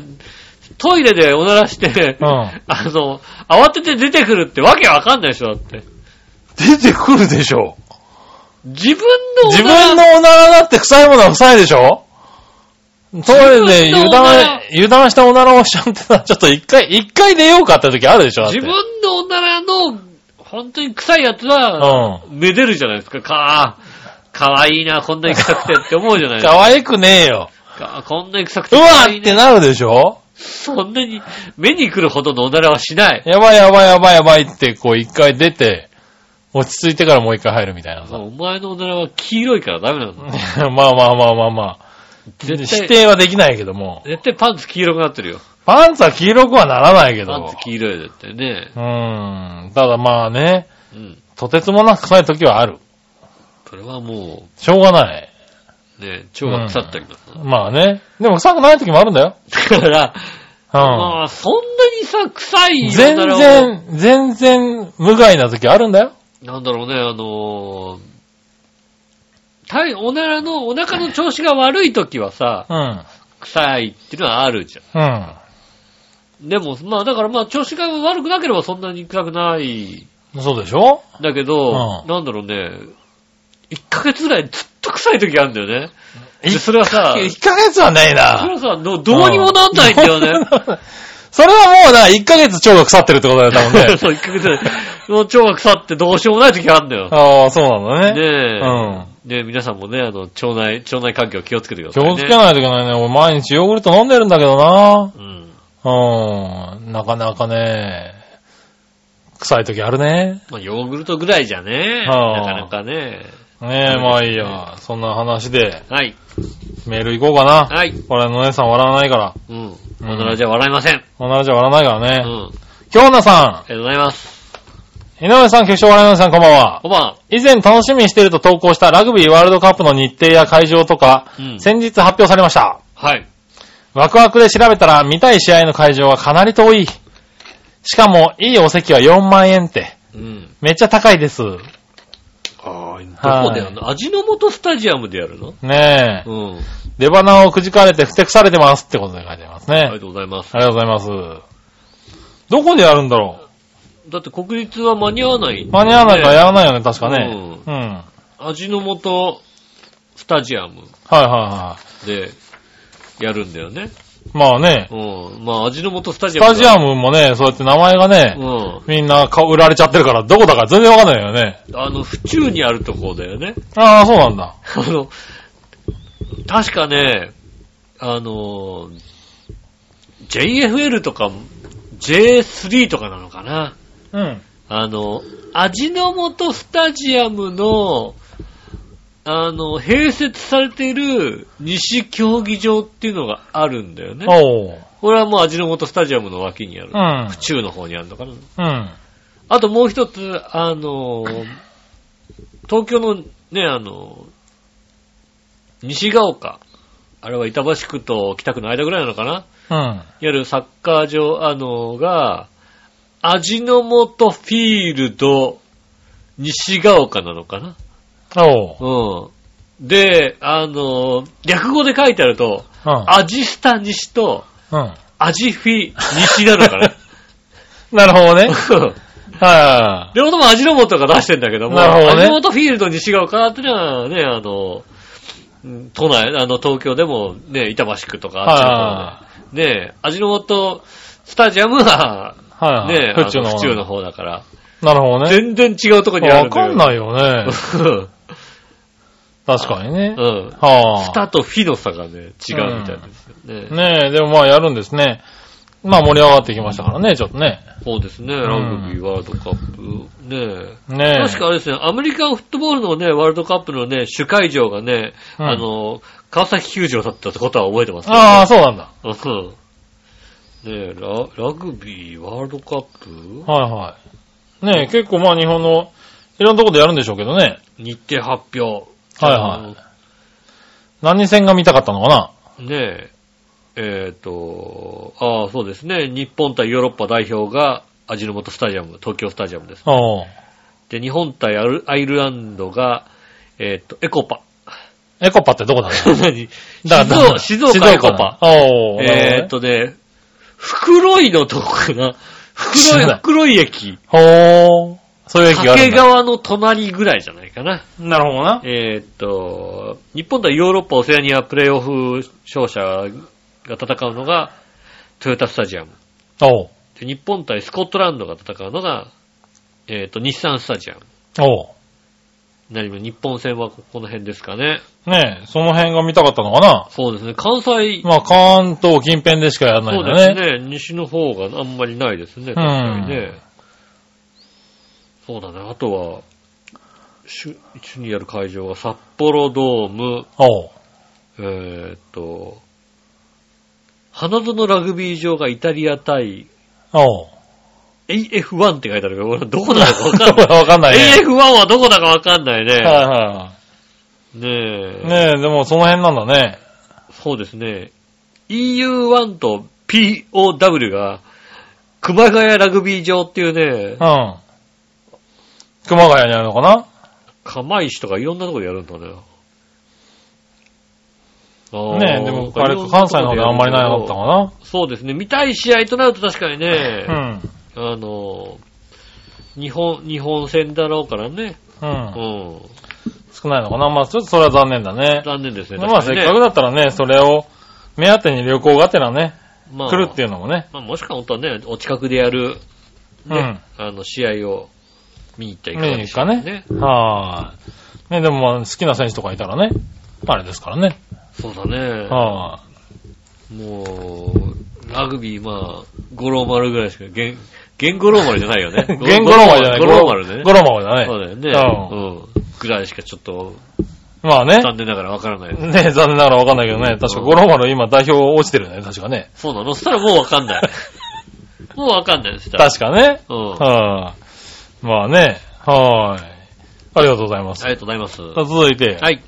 トイレでおならして、うん。あの、慌てて出てくるってわけわかんないでしょ、だって。出てくるでしょ。自分のおな自ら分のおならだって臭いものは臭いでしょトイレで自分のお油なら断、油断したおならをしちゃうってのはちょっと一回、一回出ようかって時あるでしょだって自分のおならの、本当に臭いやつは、うめでるじゃないですか。か、かわいいな、こんなに臭くてって思うじゃないん。です可愛くねえよ。か。こんなに臭くうてわ可愛いっねてなるでしょそんなに目に来るほどのおならはしない。やばいやばいやばいやばいって、こう一回出て、落ち着いてからもう一回入るみたいなさ。お前のおならは黄色いからダメなの。 <laughs> まあまあまあまあまあ。絶対否定はできないけども。絶対パンツ黄色くなってるよ。パンツは黄色くはならないけパンどツ。黄色いだってね。うーん。ただまあね、うん。とてつもなく臭い時はある。それはもしょうがない。う、ね、腸が腐ったりだな。まあね。でも臭くない時もあるんだよ。だから、うまあ、そんなにさ、臭いん。お全ならを、然、全然無害な時あるんだよ。なんだろうね、あのー、体おならの、お腹の調子が悪い時はさ、うん。臭いっていうのはあるじゃん。うん。でも、まあだからまあ調子が悪くなければそんなに臭くない。そうでしょだけど、うんなんだろうね、1ヶ月ぐらいずっと臭い時あるんだよね。で一それはさ、一ヶ月はないそれな。はさ、どどうにもなんないんだよね。それはもうな、一ヶ月腸が腐ってるってことだよ、多分 <laughs> ね。そう、1ヶ月ぐらい。もう腸が腐ってどうしようもない時あるんだよ。ああ、そうなんだね。ねえ。うん。ねえ、皆さんもね、あの、腸内、腸内環境気をつけてくだ気さいね。をつけないといけないね。俺毎日ヨーグルト飲んでるんだけどな。うん。うん。なかなかね、臭い時あるね。まあ、ヨーグルトぐらいじゃね、はあなかなかね。ねえ、まあいいや。そんな話で、はい。メール行こうかな。はい。これ、の姉さん笑わないから。うん。おならじゃ笑いません。おならじゃ笑わないからうね。ん。京奈さん、ありがとうございます。井上さん、局長笑いの皆さん、こんばんは。こんばんは。以前楽しみにしていると投稿したラグビーワールドカップの日程や会場とか、うん先日発表されました。はい。ワクワクで調べたら見たい試合の会場はかなり遠い。しかも、いいお席は4万円って。うん。めっちゃ高いです。ああ、どこでやるの味の素スタジアムでやるのねえ。うん。出花をくじかれてふてくされてますってことで書いてますね。ありがとうございます。ありがとうございます。どこでやるんだろだって国立は間に合わないう間に合わないからやらないよね、確かね。うう。んはい味の素スタジアムはいはでやるんだよね。い。まあね、うん。まあ、味の素スタジスアムタジアムムもね、そうやって名前がね、うん。みんな買う売られちゃってるから、どこだか全然わかんないよね。あの、府中にあるとこだよね。 <laughs> ああ、そうなんだ。あの、確かね、あの、JFL とか、J3 とかなのかな。うん。あの、味の素スタジアムの、あの、併設されている西競技場っていうのがあるんだよね。おう。これはもう味の素スタジアムの脇にある。うん府。中の方にあるのかな。うん。あともう一つ、あの、東京のね、あの、西が丘。あれは板橋区と北区の間ぐらいなのかなうん。やるサッカー場、あの、が、味の素フィールド、西が丘なのかなおう。うん。で、あの、略語で書いてあると、うん。味スタ西と、うん。味フィ西なのかななるほどね。は両方とも味の素が出してんだけども、なるほどね味の素フィールド西が丘ってのはね、あの、うん都内、あの、東京でもね、板橋区とかあっちの方で、ね、味の素スタジアムは、いはい。はいね、はい。府中あの。府中の。方だから、なるほどね。全然違うとこにあるわんだかけんど。ないよね。確かにね。うん。うん。はスタとフィの差がね、違うみたいなんですよね。あ。ねえ、でもまあやるんですね。まあ盛り上がってきましたからね、ちょっとね。そうですね、ラグビーワールドカップ。ねねえ。確かあれですね、アメリカンフットボールのね、ワールドカップのね、主会場がね、うんあの、川崎球場だったってことは覚えてますああ、そうなんだ。あ、そう。ねえラ、ラグビーワールドカップはいはい。ねえ、結構まあ日本の、いろんなとこでやるんでしょうけどね。日程発表。はい何戦が見たかったのかなあのねえ、えっ、と、ああ、そうですね、日本対ヨーロッパ代表が味の素スタジアム、東京スタジアムです。おうで、日本対アルアイルランドが、えっ、と、エコパ。 <laughs> エコパってどこだね何だ <laughs> 静岡静岡エコパ。。だおうえーっ、とね、袋井のとこか <laughs> な。知袋井らない、袋井駅。なるほどねほう。そういう駅がある掛んだ。川の隣ぐらいじゃないかな。なるほどな。えーっ、と、日本とヨーロッパ、オセアニアプレイオフ勝者が戦うのが、トヨタスタジアム。おう。で日本対スコットランドが戦うのが、えーっ、と、日産スタジアム。おう。何も日本戦はここの辺ですかね。ねえ、その辺が見たかったのかなそうですね。関西、まあ関東近辺でしかやらないそんうだですね。ね。西の方があんまりないですね。確かにね。そうだね。あとは、主主にやる会場は札幌ドーム、おう。えーっと、花園ラグビー場がイタリア対おう。 AF1 って書いてあるけど、俺どこなのかわかんない。 <laughs> わかんないね。 AF1 はどこだかわかんないはね。いはいはねえ。い。ねえ、でもその辺なんだね。そうですね。EU1 と POW が、熊谷ラグビー場っていうねう、ん。熊谷にあるのかな釜石とかいろんなとこでやるんだね。ねえ、でも、あれ、関西の方であんまりないのだったな。かそうですね。見たい試合となると確かにね、なあの、日本、日本戦だろうからね。うん。ううん。ん。少ないのかなまあ、ちょっとそれは残念だね。残念ですね。まあ、せ確っにねかくだったらね、それを目当てに旅行がてらね、まあ来るっていうのもね。まあ、もしか本当はね、お近くでやる、ね、あの、試合を見に行ったらいかがでしょう見に行はーい。ね、でもまあ、好きな選手とかいたらね、あれですからね。そうだね。はもう、ラグビー、まあ、五郎丸ぐらいしか、ゲン、ゲン五郎丸じゃないよ <laughs> ね。ーい。ゲンゴロマじゃない。五郎丸ね。ゴロマじゃなそうだよい。ね。ううんん。ぐらいしかちょっと、まあね。残念ながらわからない。ね、残念ながらわかんないけどね。確か、うん五郎丸今代表落ちてるよね、確かね。そう <laughs> なのそしたらもうわかんない。もうわかんないです。確かね。うん。はまあね。はーい。ありがとうございます。ありがとうございます。さはあ続いて、い。あり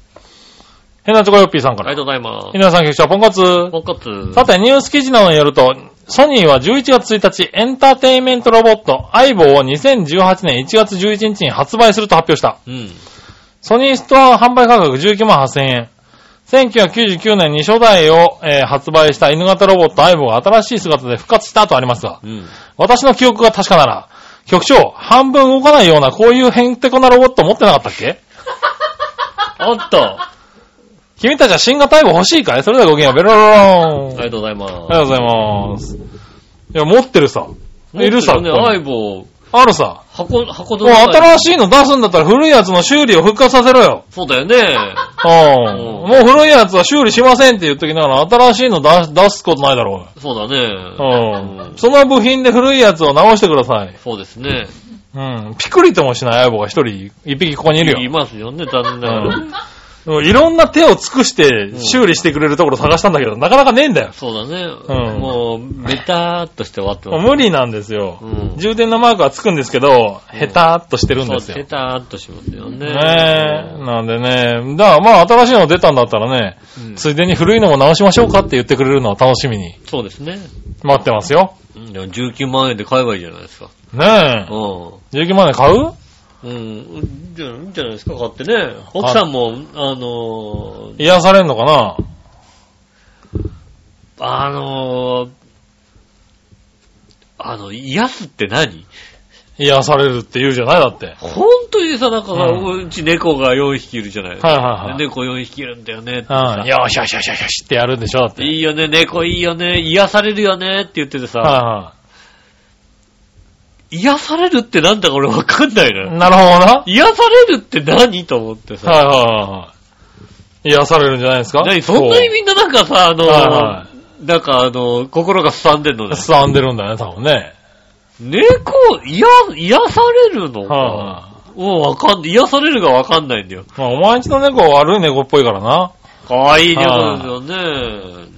ヘナチョコヨッピーさんかがら。とうございます。皆さん、局長、ポンコツ。ポンコツ。さて、ニュース記事などによると、ソニーは11月1日、エンターテインメントロボット、相棒を2018年1月11日に発売すると発表した。うん。ソニーストア販売価格19万8000円。1999年に初代を、えー発売した犬型ロボット相棒が新しい姿で復活したとありますが、うん。私の記憶が確かなら、局長、半分動かないようなこういうヘンテコなロボット持ってなかったっけおっと。あ君たちは新型相棒欲しいかいそれではごきげんよう、ベロロローりン。がとうございます。ありがとうございます。いや、持ってるさ。いるさ。ね、アイボー、あるさ。箱、箱もどうの中に新しいの出すんだったら古いやつの修理を復活させろよ。そうだよね。うん。もう古いやつは修理しませんって言っときながら新しいの出す出すことないだろそうだう。ね。ううんん。その部品で古いやつを直してください。そうですね。うん。ピクリともしない相棒が一人、一匹ここにいるいよ。ますよね、残念ながうんら。もういろんな手を尽くして修理してくれるところ探したんだけど、なかなかねえんだよ。そうだうね。んもう、ベターっとして終わってもうます。無理なんですよ。うん充電のマークはつくんですけど、うんヘターっとしてるんそうですよベ。ターっとしますよね。ねえ。なんでね。だからまあ新しいの出たんだったらね、うんついでに古いのも直しましょうかって言ってくれるのを楽しみにそうですね。待ってますよ。うんでも19万円で買えばいいじゃないですか。ねえ。う。19万円買うんうん。じゃあ、いいんじゃないですか、買ってね。奥さんも、あのー、癒されんのかなあのー、あの、癒すって何癒されるって言うじゃないだって。本当にさ、なんかさ、ううち猫が4匹いるじゃないですか。はいはいはい。猫4匹いるんだよねってうさん。。よしよしよしよしよしってやるんでしょだって。いいよね、猫いいよね、癒されるよねって言っててさ、は癒されるってなんだか俺わかんないいのはい。よ。なるほどな。癒されるって何と思ってさ。はいはいはいはい。癒されるんじゃないですか何そんなにみんななんかさ、あの、はいはなんかあの、心がすさんでんのね。すさんでるんだね、多分ね。猫、癒、癒されるのか。はいはい。もうわかんない。癒されるがわかんないんだよ。まあ、お前んちの猫は悪い猫っぽいからな。かわいい猫ですよね。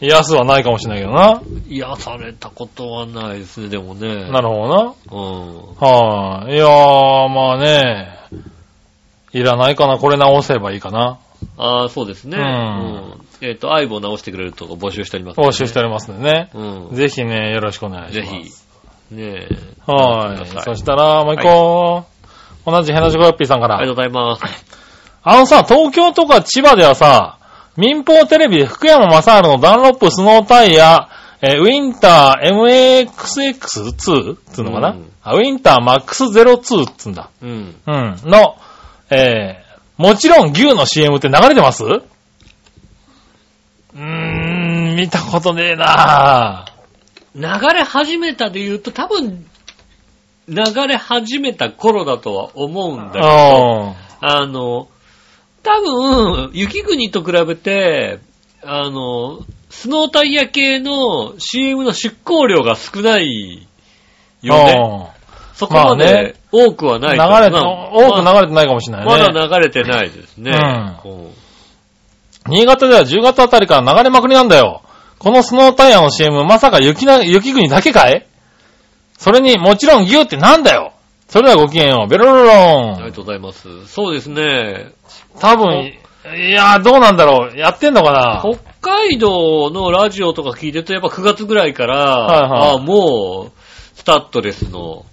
癒すはないかもしれないけどな。癒されたことはないですね、でもね。なるほどな。うん。はい、いやー、まあね。いらないかな。これ直せばいいかな。ああ、そうですね。うんうんえっ、と、相棒直してくれるとこ募集しております、募集しておりますんでね。うん。ぜぜひね、よろしくお願いします。ひ。ねえ。は頑張ってくい。ださそいしたら、もう一個、同じヘナジコヨッピーさんかありら。がとうございます。あのさ、東京とか千葉ではさ、民放テレビで福山雅治のダンロップスノータイヤ、えーウィンター MXX2? つうのかな、うんあウィンター MAX02 っつうんだ。うん。うん。の、えー、もちろん牛の CM って流れてますうーん、見たことねえなぁ。流れ始めたで言うと、多分、流れ始めた頃だとは思うんだけど、あの、多分、雪国と比べて、あの、スノータイヤ系の CM の出稿量が少ないうんよね。そこままあでね多くはうんな流いれとまて、多あく流れてないかもしれないね。まだ流れてないですね。ううん新潟では10月あたりから流れまくりなんだよ。このスノータイヤの CM、まさか雪な、雪国だけかいそれに、もちろん牛ってなんだよそれではごきげんよう。ベロロありロがン。とうございます。そうですね。多分、いやー、どうなんだろう。やってんのかな北海道のラジオとか聞いてると、やっぱ9月ぐらいから、はいはいああもう、スタッドレスの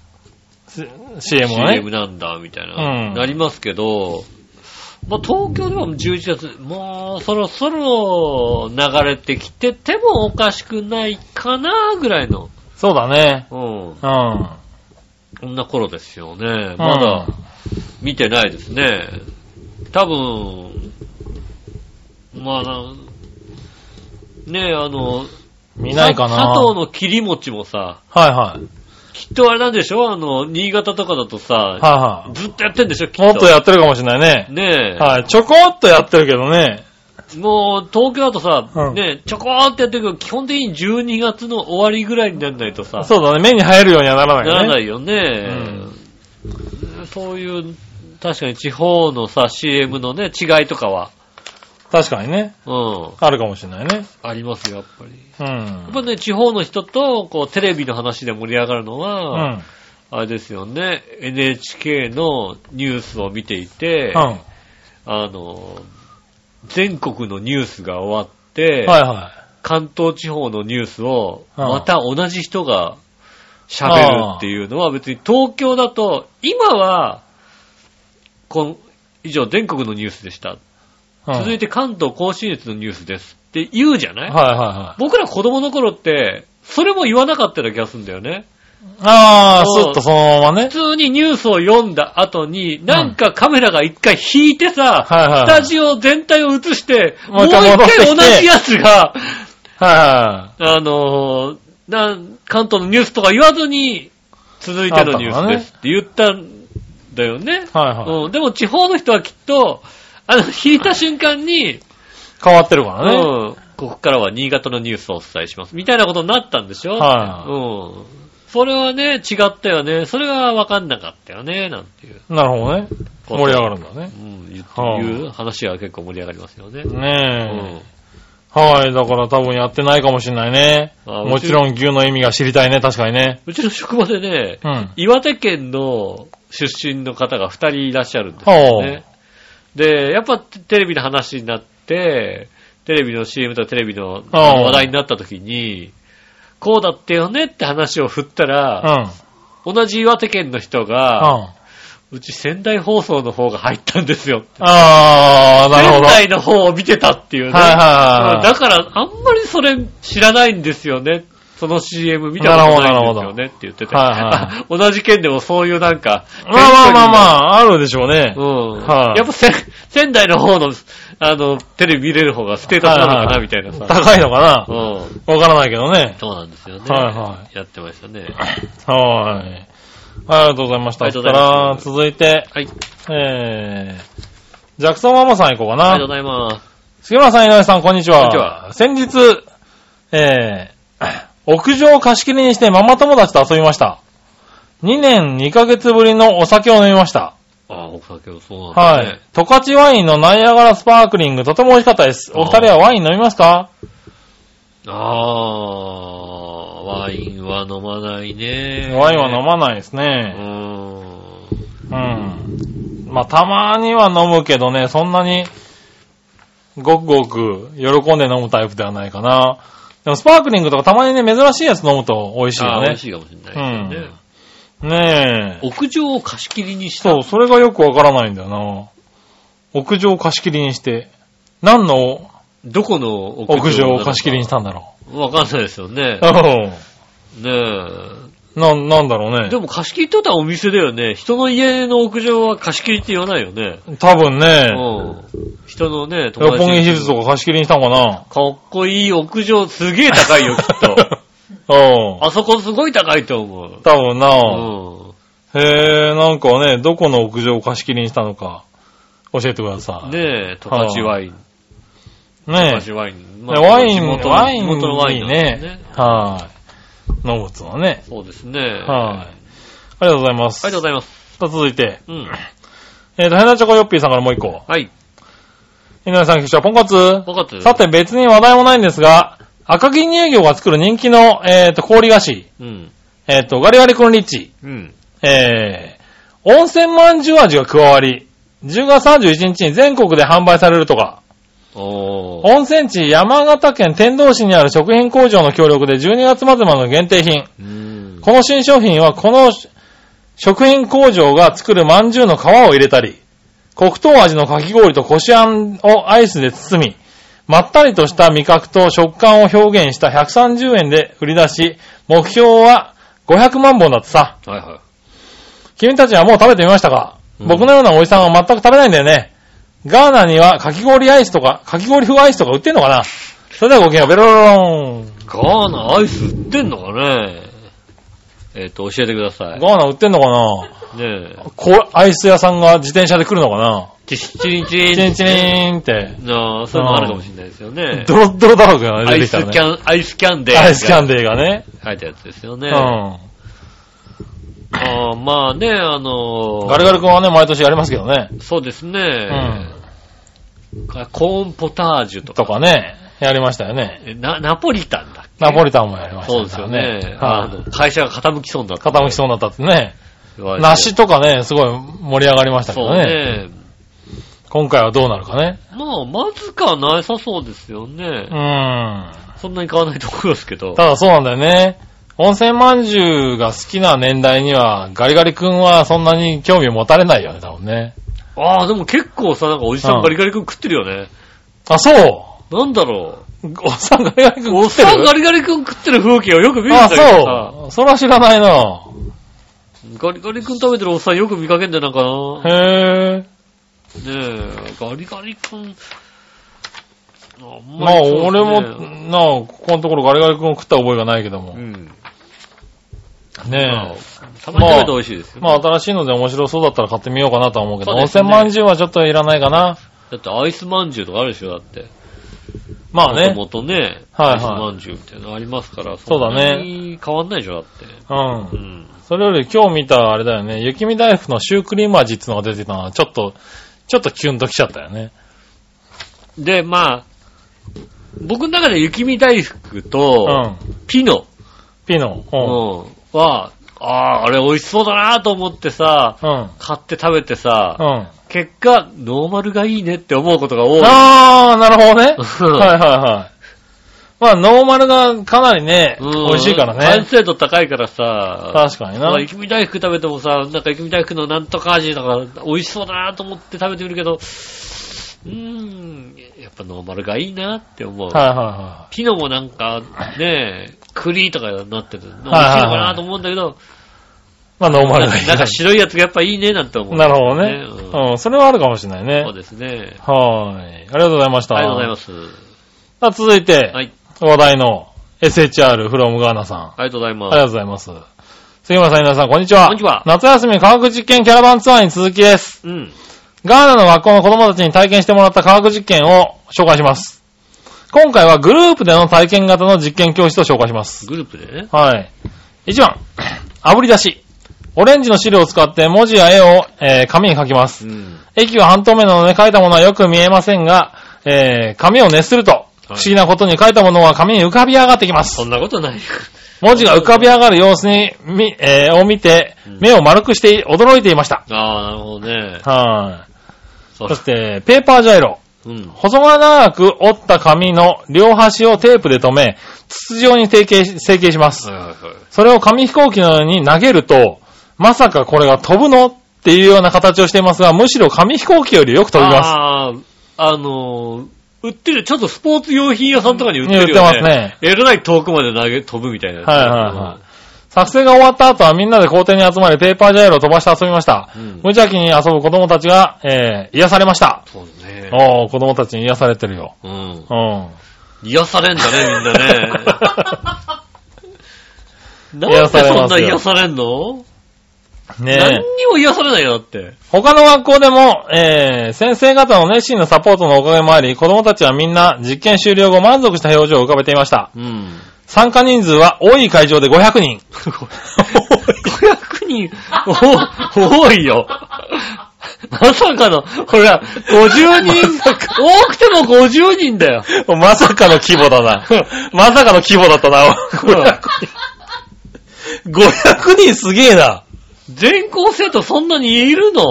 ?CM をね CM。なんだ、みたいな、うんなりますけど、まあ、東京でも11月、もうそろそろ流れてきててもおかしくないかな、ぐらいの、そうだね。うん、うん。こんな頃ですよね。まだうん見てないですね。多分、まあな、ねえ、あの、見ないかなさ佐藤の切り餅もさ、はいはい。きっとあれなんでしょあの、新潟とかだとさ、はいはずっとやってんでしょきっい。と。もっとやってるかもしれないね。ねえ、はい。ちょこっとやってるけどね。もう東京だとさ、うんねえ、ちょこーってやってるけど、基本的に12月の終わりぐらいにならないとさ、そうだね。目に入るようにはならないよなね。らないよね、そういう、確かに地方のさ、CM のね、違いとかは、確かにね。うん、あるかもしれないね。ありますよ、やっぱり。うやっぱん。ね、地方の人と、こう、テレビの話で盛り上がるのうは、ん。あれですよね、NHK のニュースを見ていて、うん。あの、全国のニュースが終わって、はいは関東地方のニュースを、うんまた同じ人が喋るっていうのは別に東京だと、今は、こん以上全国のニュースでした。い。続いて、て関東甲信越のニュースですって言うじゃない、はいはいはい。僕ら子供の頃って、それも言わなかったような気がするんだよね。ああ、そうスッとそのままね。普通にニュースを読んだ後に、なんかカメラが一回引いてさ、はいはスいタジオ全体を映して、ももうう一一回戻ってきて回同じやつが、はあのーなん、関東のニュースとか言わずに、続いてのニュースですって言ったんだよね。いはい。はいはい。うん、でも地方の人はきっと、あの、引いた瞬間に、変わってるかうらね。ん、ここからは新潟のニュースをお伝えします。みたいなことになったんでしょはいうん。それはね、違ったよね。それは分かんなかったよね、なんていう。なるほどね。こと盛り上がるんだねう。ん、言ってはあいう話は結構盛り上がりますよね。うねえ。ん。はい、だから多分やってないかもしれないね。あーもちろん牛の意味が知りたいね、確かにね。うちの職場でね、うん。岩手県の出身の方が2人いらっしゃるんですほようね。で、やっぱテレビの話になって、テレビの CM とかテレビのあ話題になった時に、こうだったよねって話を振ったうん。ら、うん。同じ岩手県の人が、あうち仙台放送の方が入ったんですよ。あー、なるほ仙ど。は台いの方を見てたっていうね。はいうんはいはだから、あんまりそれ知らないんですよね。その CM 見たことないんですよねって言ってて。なるほどなる <laughs> ほ同じ県でもそういうなんか。い。まあまあまあまあ、あるでしょうね。うん。はいやっぱせ仙台の方の、あの、テレビ見れる方がステータスなのかはいなはいみたいな <laughs> さ。高いのかなうん。わからないけどね。そうなんですよね。はいはやってましたね。はい。ありがとうございました。ありがとうございますそしたら、続いて、はい。ありえー、ジャクソンママさん行こうかがとうな。ございます。杉村さん、井上さん、こんにちは。こんにちは先日、えー、 <clears throat> 屋上を貸し切りにしてママ友達と遊びました。2年2ヶ月ぶりのお酒を飲みました。ああ、お酒をそうなんはですいね。。十勝ワインのナイアガラスパークリング、とても美味しかったです。お二人はワイン飲みますかああ、ワインは飲まないね。ワインは飲まないですうね。ん。うん。まあ、たまには飲むけどね、そんなに、ごくごく喜んで飲むタイプではないかな。でも、スパークリングとかたまにね、珍しいやつ飲むと美味しいあよあ美ね味。しいかもしれないですよね。ねえ。屋上を貸し切りにした。そう、それがよくわからないんだよな。屋上を貸し切りにして、何のどこの屋上屋上を貸し切りにしたんだろたわかんないですよねう。。うねん。な、なんだろうえ。ねで。も貸し切りってことはお店だよね。人の家の屋上は貸し切りって言わないよね。多分ね、うん。人のね、六本木ヒルズとか貸し切りにしたのかな。かっこいい屋上すげえ高いよ、きっと。 <laughs> うん。あそこすごい高いと思う。多分うな、ん。へえ、なんかね、どこの屋上を貸し切りにしたのか、教えてください。ねねえ、十勝ワイン。十え。勝ワイン。ねワイン、地元のワイン、地元のワインなんですね。。はい。飲むつのね。そうですね。はあい。ありがとうございます。りがとうござざいいます。ます。続いて、うん。えっ、と、ヘナチョコヨッピーさんからもう一個。はい。井上さん、局長、ポンコツ。分かったさて、別に話題もないんですが、赤木乳業が作る人気の、えっ、と、氷菓子、うん。えっ、と、ガリガリコンリッチ、うん。えー、温泉まんじゅう味が加わり、10月31日に全国で販売されるとか、おー。温泉地山形県天童市にある食品工場の協力で12月末までの限定品。うん。この新商品はこの食品工場が作るまんじゅうの皮を入れたり、黒糖味のかき氷とこしあんをアイスで包み、まったりとした味覚と食感を表現した130円で売り出し、目標は500万本だってさ。はいは君たちはもう食べてみましたか、うん僕のようなおじさんは全く食べないんだよね。ガーナにはかき氷アイスとか、かき氷風アイスとか売ってんのかなそれではごきげんよう、ベロロロい。ン。ガーナアイス売ってんのかねえっ、と、教えてください。ねガーナ売ってんのかなえ。こアイス屋さんが自転車で来るのかなチチリンチリン。チリンチリンって。なあ、そういうのあるかもしれないですよね。ドロッドロだろうけどね、ア出イてきスたキらね。ャン、アイスキャンデー。アイスキャンデデーがね。ー。入ったやつですようね。ん。ああまあね、あのーガリガリ君はね、毎年やりますけどね。そうですうね、ん。コーンポタージュととか。かね、やりましたよね。えな、ナポリタンだっけナポリタンもやりましたそうですよね。あはいの、会社が傾きそうになった。傾きそうになったってね。梨とかね、すごい盛り上がりましたけそうどね。ね。今回はどうなるかね。まあ、まずかなさそうですよね。うん。そんなに買わないと思いますけど。ただそうなんだよね。温泉まんじゅうが好きな年代には、ガリガリ君はそんなに興味を持たれないよね、多分ね。ああ、でも結構さ、なんかおじさうんんガリガリ君食ってるよね。あ、そうなんだろおっさんガリガリ君う。おっ食ってるさんガリガリ君食ってる風景をよく見るんだあ、けどさ。そう。それは知らないな。ガリガリ君食べてるおっさんよく見かけんじゃないかな。ねへえ。え、ガリガリ君。あんまあ、りそうで俺すねも、なあ、ここのところガリガリ君を食った覚えがないけども。うねん。まあえ。たまに食べて美味しいですよ。まあ、新しいので面白そうだったら買ってみようかなとは思うけど、そう温ですね泉まんじゅうはちょっといらないかな。だってアイスまんじゅうとかあるでしょ、だって。まあね。もともとね、はいはいアイスまんじゅうみたいなのありますから、そうだねそんなに変わんないでしょ、だって。う。うんん。それより今日見たあれだよね、雪見大福のシュークリーム味ってのが出てたのは、ちょっと、ちょっとキュンときちゃったよね。で、まあ、僕の中で雪見大福うと、ん。ピノ、ピノ。ううんは、ああー、あれ美味しそうだなと思ってさ、ん。うん。買って食べてさ、うん。結果、ノーマルがいいねって思うことが多い。あー、なるほどね。うんはいはいはい。まあ、ノーマルがかなりね、うん美味しいから完ね。成度高いからさ、確かにまなあ、。雪見大福食べてもさ、なんか雪見大福のなんとか味とか、美味しそうだなと思って食べてみるけど、うーん、やっぱノーマルがいいなって思う。はいはいはピノもなんか、ねえ、栗とかになってる。美味しいのはいはいかなと思うんだけど、い。まあ、ノーマルがいい。なんか白いやつがやっぱいいねなんて思う。 <laughs> なるほどねね。うん。それはあるかもしれないねそう。ですね。はーい。ありがとうございました。ありがとうございます。さあ、続いて、はい。話題の SHR from ガーナさん。あありがとうございまりす。がとうございます。杉村さん、皆さん、こんにちは。こんにちは夏休み科学実験キャラバンツアーに続きです。うん。ガーナの学校の子供たちに体験してもらった科学実験を紹介します。今回はグループでの体験型の実験教室を紹介します。グループでね。はい。1番、炙り出し。オレンジの汁を使って文字や絵を、えー紙に書きます。うん。液は半透明なので書いたものはよく見えませんが、えー紙を熱すると、不思議なことに書いたものは紙に浮かび上がってきますそ。んなこと <laughs> ない。文字が浮かび上がる様子に、み、えーを見てうん、目を丸くして驚いていました。ああ、なるほどね。はそい。そして、ペーパージャイロ。うん。細長く折った紙の両端をテープで留め、筒状に成形し成形します。はいはいはい。それを紙飛行機のように投げると、まさかこれが飛ぶのっていうような形をしていますが、むしろ紙飛行機よりよく飛びます。ああ、あのー、売ってる、ちょっとスポーツ用品屋さんとかに売ってるよね。売ってますね。えらい遠くまで投げ、飛ぶみたいなやつ。はいはいはい作成が終わった後はみんなで校庭に集まり、ペーパージャイロを飛ばして遊びました。うん無邪気に遊ぶ子供たちが、えー癒されました。そうね。おー、子供たちに癒されてるよ。うん。うん。癒されんだ <laughs> ね、みんなね。なん癒でされますよそんな癒されんの、ね何え。にも癒されないよ、だって。他の学校でも、えー、先生方の熱心なサポートのおかげもあり、子供たちはみんな実験終了後満足した表情を浮かべていました。うん。参加人数は多い会場で500人。 500人、お、多いよ。まさかの、ほら、50人、多くても50人だよ。 <laughs> まさかの規模だな。 <laughs> まさかの規模だったな。500人すげえな。全校生徒そんなにいるの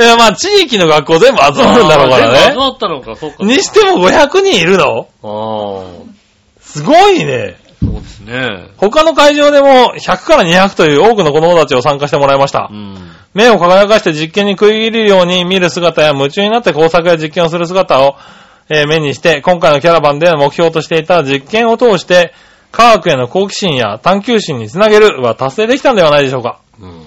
いや、まあ、地域の学校全部集まるんだろうかあー全部ら集ね。まったのか、そっか。にしても500人いるのああ、すごいね。そうですね。他の会場でも100から200という多くの子供たちを参加してもらいましたう。ん。目を輝かして実験に食い入るように見る姿や夢中になって工作や実験をする姿を、えー目にして、今回のキャラバンでの目標としていた実験を通して、科学への好奇心や探求心につなげるは達成できたんではないでしょうか。うん。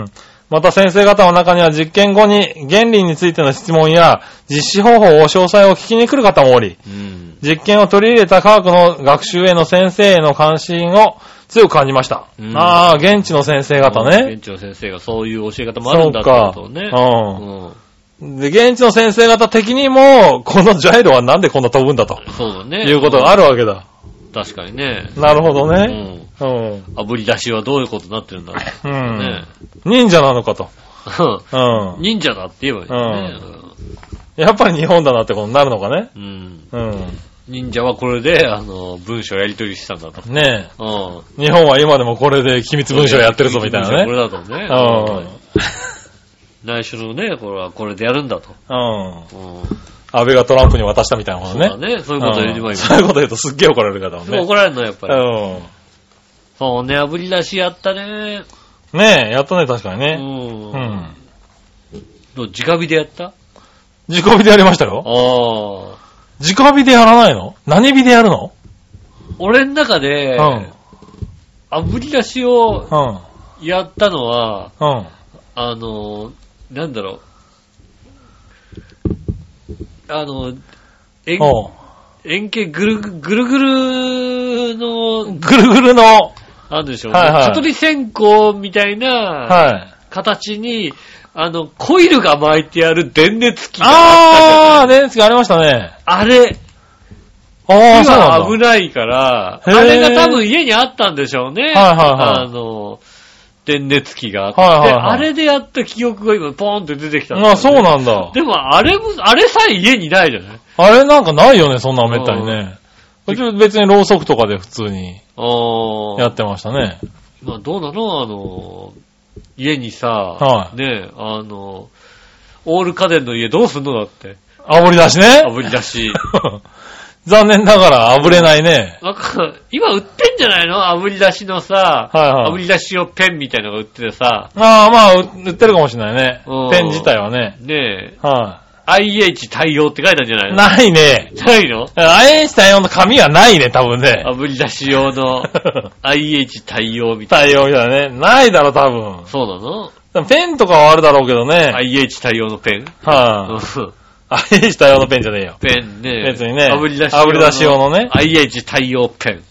うん。また先生方の中には実験後に原理についての質問や実施方法を詳細を聞きに来る方もおり、うん。実験を取り入れた科学の学習への先生への関心を強く感じました。うんああ、現地の先生方ね。園長先生がそういう教え方もあるんだってそうかことをね。うんうん。で、現地の先生方的にも、このジャイロはなんでこんな飛ぶんだと、そうだね。いうことがあるわけだ。確かにね。なるほどうね。ん。うん。炙り出しはどういうことになってるんだろうう。んね。。忍者なのかと。うん。忍者だって言えばいいんだね。やっぱり日本だなってことになるのかね。うん。うん。忍者はこれで、あの、文章やり取りしたんだと。ねうん。え。日本は今でもこれで機密文書やってるぞみたいなこね。れだとね。うん。内緒のね、これはこれでやるんだと。うん。うん。安倍がトランプに渡したみたいなことそうねだ。ね。そういうこと言えばうん今。そういうこと言うとすっげえ怒られる方もそうね。怒られるの、やっぱり。うそうね、炙り出しやったね。ん。ねえ、やったね、確かにうね。ん。うん。どう直火でやった直火でやりましたあよ。あ。直火でやらないの何火でやるの俺の中で、うん。炙り出しをうん。やったのは、うん。あの、なんだろう。あの、円おう円形ぐるぐぐるぐるの、ぐるぐるの、なんでしょう、はいはい蚊取り線香みたいなはい。形に、あの、コイルが巻いてある電熱器がああったー、電池がありましたね。ああれ、あー、火そうなんはだ危。ないから、へーあれが多分家にあったんでしょうね。はいはいはいあの、電熱器があって、はいはいはいあれでやった記憶が今ポーンって出てきたんだよねあそうなんだ。でも、あれも、あれさえ家にないじゃないあれなんかないよね、そんなめったにね。うち別にろうそくとかで普通にあやってましたね。まあ、どうなのあの、家にさ、はいねえ、あの、オール家電の家どうすんのだって。炙り出しね。 <laughs> 炙り出し。残念ながら炙れないね。なんか、今売ってんじゃないの炙り出しのさ、はいはい炙り出し用ペンみたいなのが売っててさ、ああ、まあ、う売ってるかもしれないねうん。ペン自体はね。ねえ、は IH 対応って書いたんじゃないい。のないね。ないのアインシュタイン用の紙はないね、多分ね。炙り出し用 <laughs> の IH 対応みたい対応みたいなね。ないだろ、多な。そうなの分。ペンとかはあるだろうけどね。はい。 ?IH 対応のペンうんアインシュタイン用のペンじゃねえよ。ペンね。別にね炙り出し炙り出し用のね IH 対応ペン。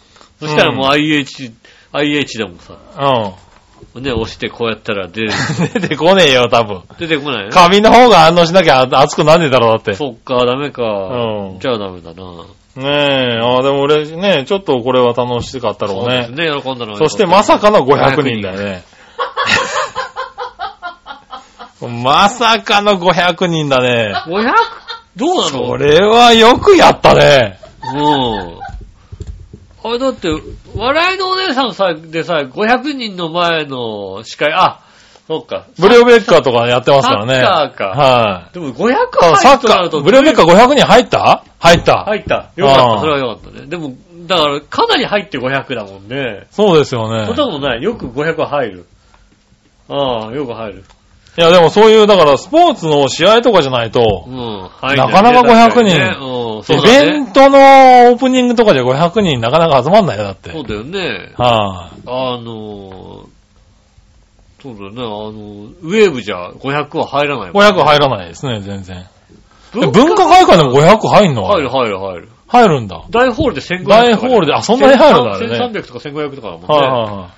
そしたらもううん IH、IH でもさ、ね、押してこうやったら出るうん。 <laughs> 出てこねえよ、多分。出てこないね。紙の方が反応しなきゃあ熱くなんねえだろう、だって。そっか、ダメか。うん。じゃあダメだな。ねえ、ああ、でも嬉しい。ねえ、ちょっとこれは楽しかったろうですね。ね、喜んだのはそしてまさかの500人だよね。 <laughs> まさかの500人だね。 500? どうなのこれはよくやったね。うん。あれだって、笑いのお姉さんさ、でさ、500人の前の司会、あ、そっか。ブレオベッカーとかやってますからね。サッカーかはい、でも500あ。入サっッとなカるとー、ブレオベッカー500人入った入った、入った。よかっあた。あそれはよかったね。でも、だから、かなり入って500だもんね。そうですよそねん。なことない。よく500は入る。ああ、よく入る。いや、でもそういう、だからスポーツの試合とかじゃないとう、ん。入なかなか500人ねうん。そうだイベンね。トのオープニングとかで500人なかなか集まんないよ、だって。そうはい、だよね。あのー、そうだよね。あのー、ウェーブじゃ500は入らないもん。 500入らないですね、全然。え文文化会館でも500入んの入る入る入る。入るんだ。大ホールで1500とかね。大ホールであそんなに入るんだあれね1300とか1500とかだもんはいね。はいはい。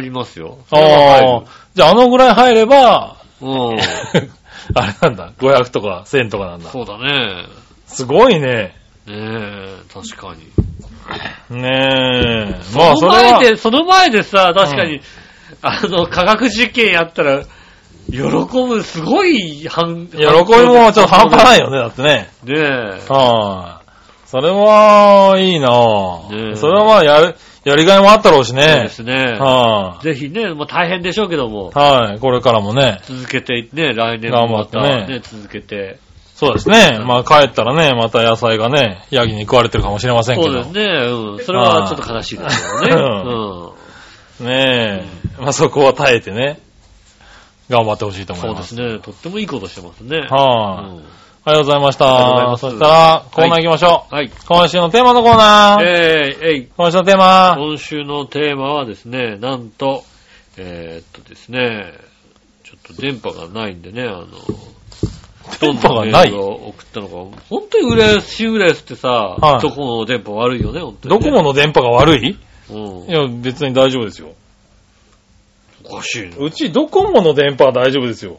入りますよ。あああ。じゃああのぐらい入れば、うん。 <laughs> あれなんだ、500とか1000とかなんだ。そうだね。すごいね。ねえ、確かに。ねえ。まあそそのれ前は、で、その前でさ、確かに、あの、科学実験やったら、喜ぶ、すごい反、喜喜びもちょっと半端ないよね、だってね。ねはい、それはいいなねえぁ。それはまあやる、やりがいもあったろうしえ。そうでね。すね。はい、ぜひね、まあ大変でしょうけども、はい、これからもね。続けていってね、来年もまた頑張ってね、続けて。そうですね。まあ帰ったらね、また野菜がね、ヤギに食われてるかもしれませんけそうど。ですね、うん。それはちょっと悲しいですけどね。ねえ。まあそこは耐えてね、頑張ってほしいとうん。思そいうでます。すね、とってもいいことしてますね。はい、うんありがとうございました。ありがとうございますそしたら、コーナー行きましょう。はい。今週のテーマのコーナー。えー、えい。今週のテーマ今週のテーマはですね、なんと、えーっとですね、ちょっと電波がないんでね、あの、電波がどんななメールい。を送ったのか、本当に浦安、新浦安ってさ、はいどこも電波悪いよね、本当ドに、コね。モの電波が悪いもういん。や、別に大丈夫ですよ。おかしいな。うちドコモの電波は大丈夫ですよ。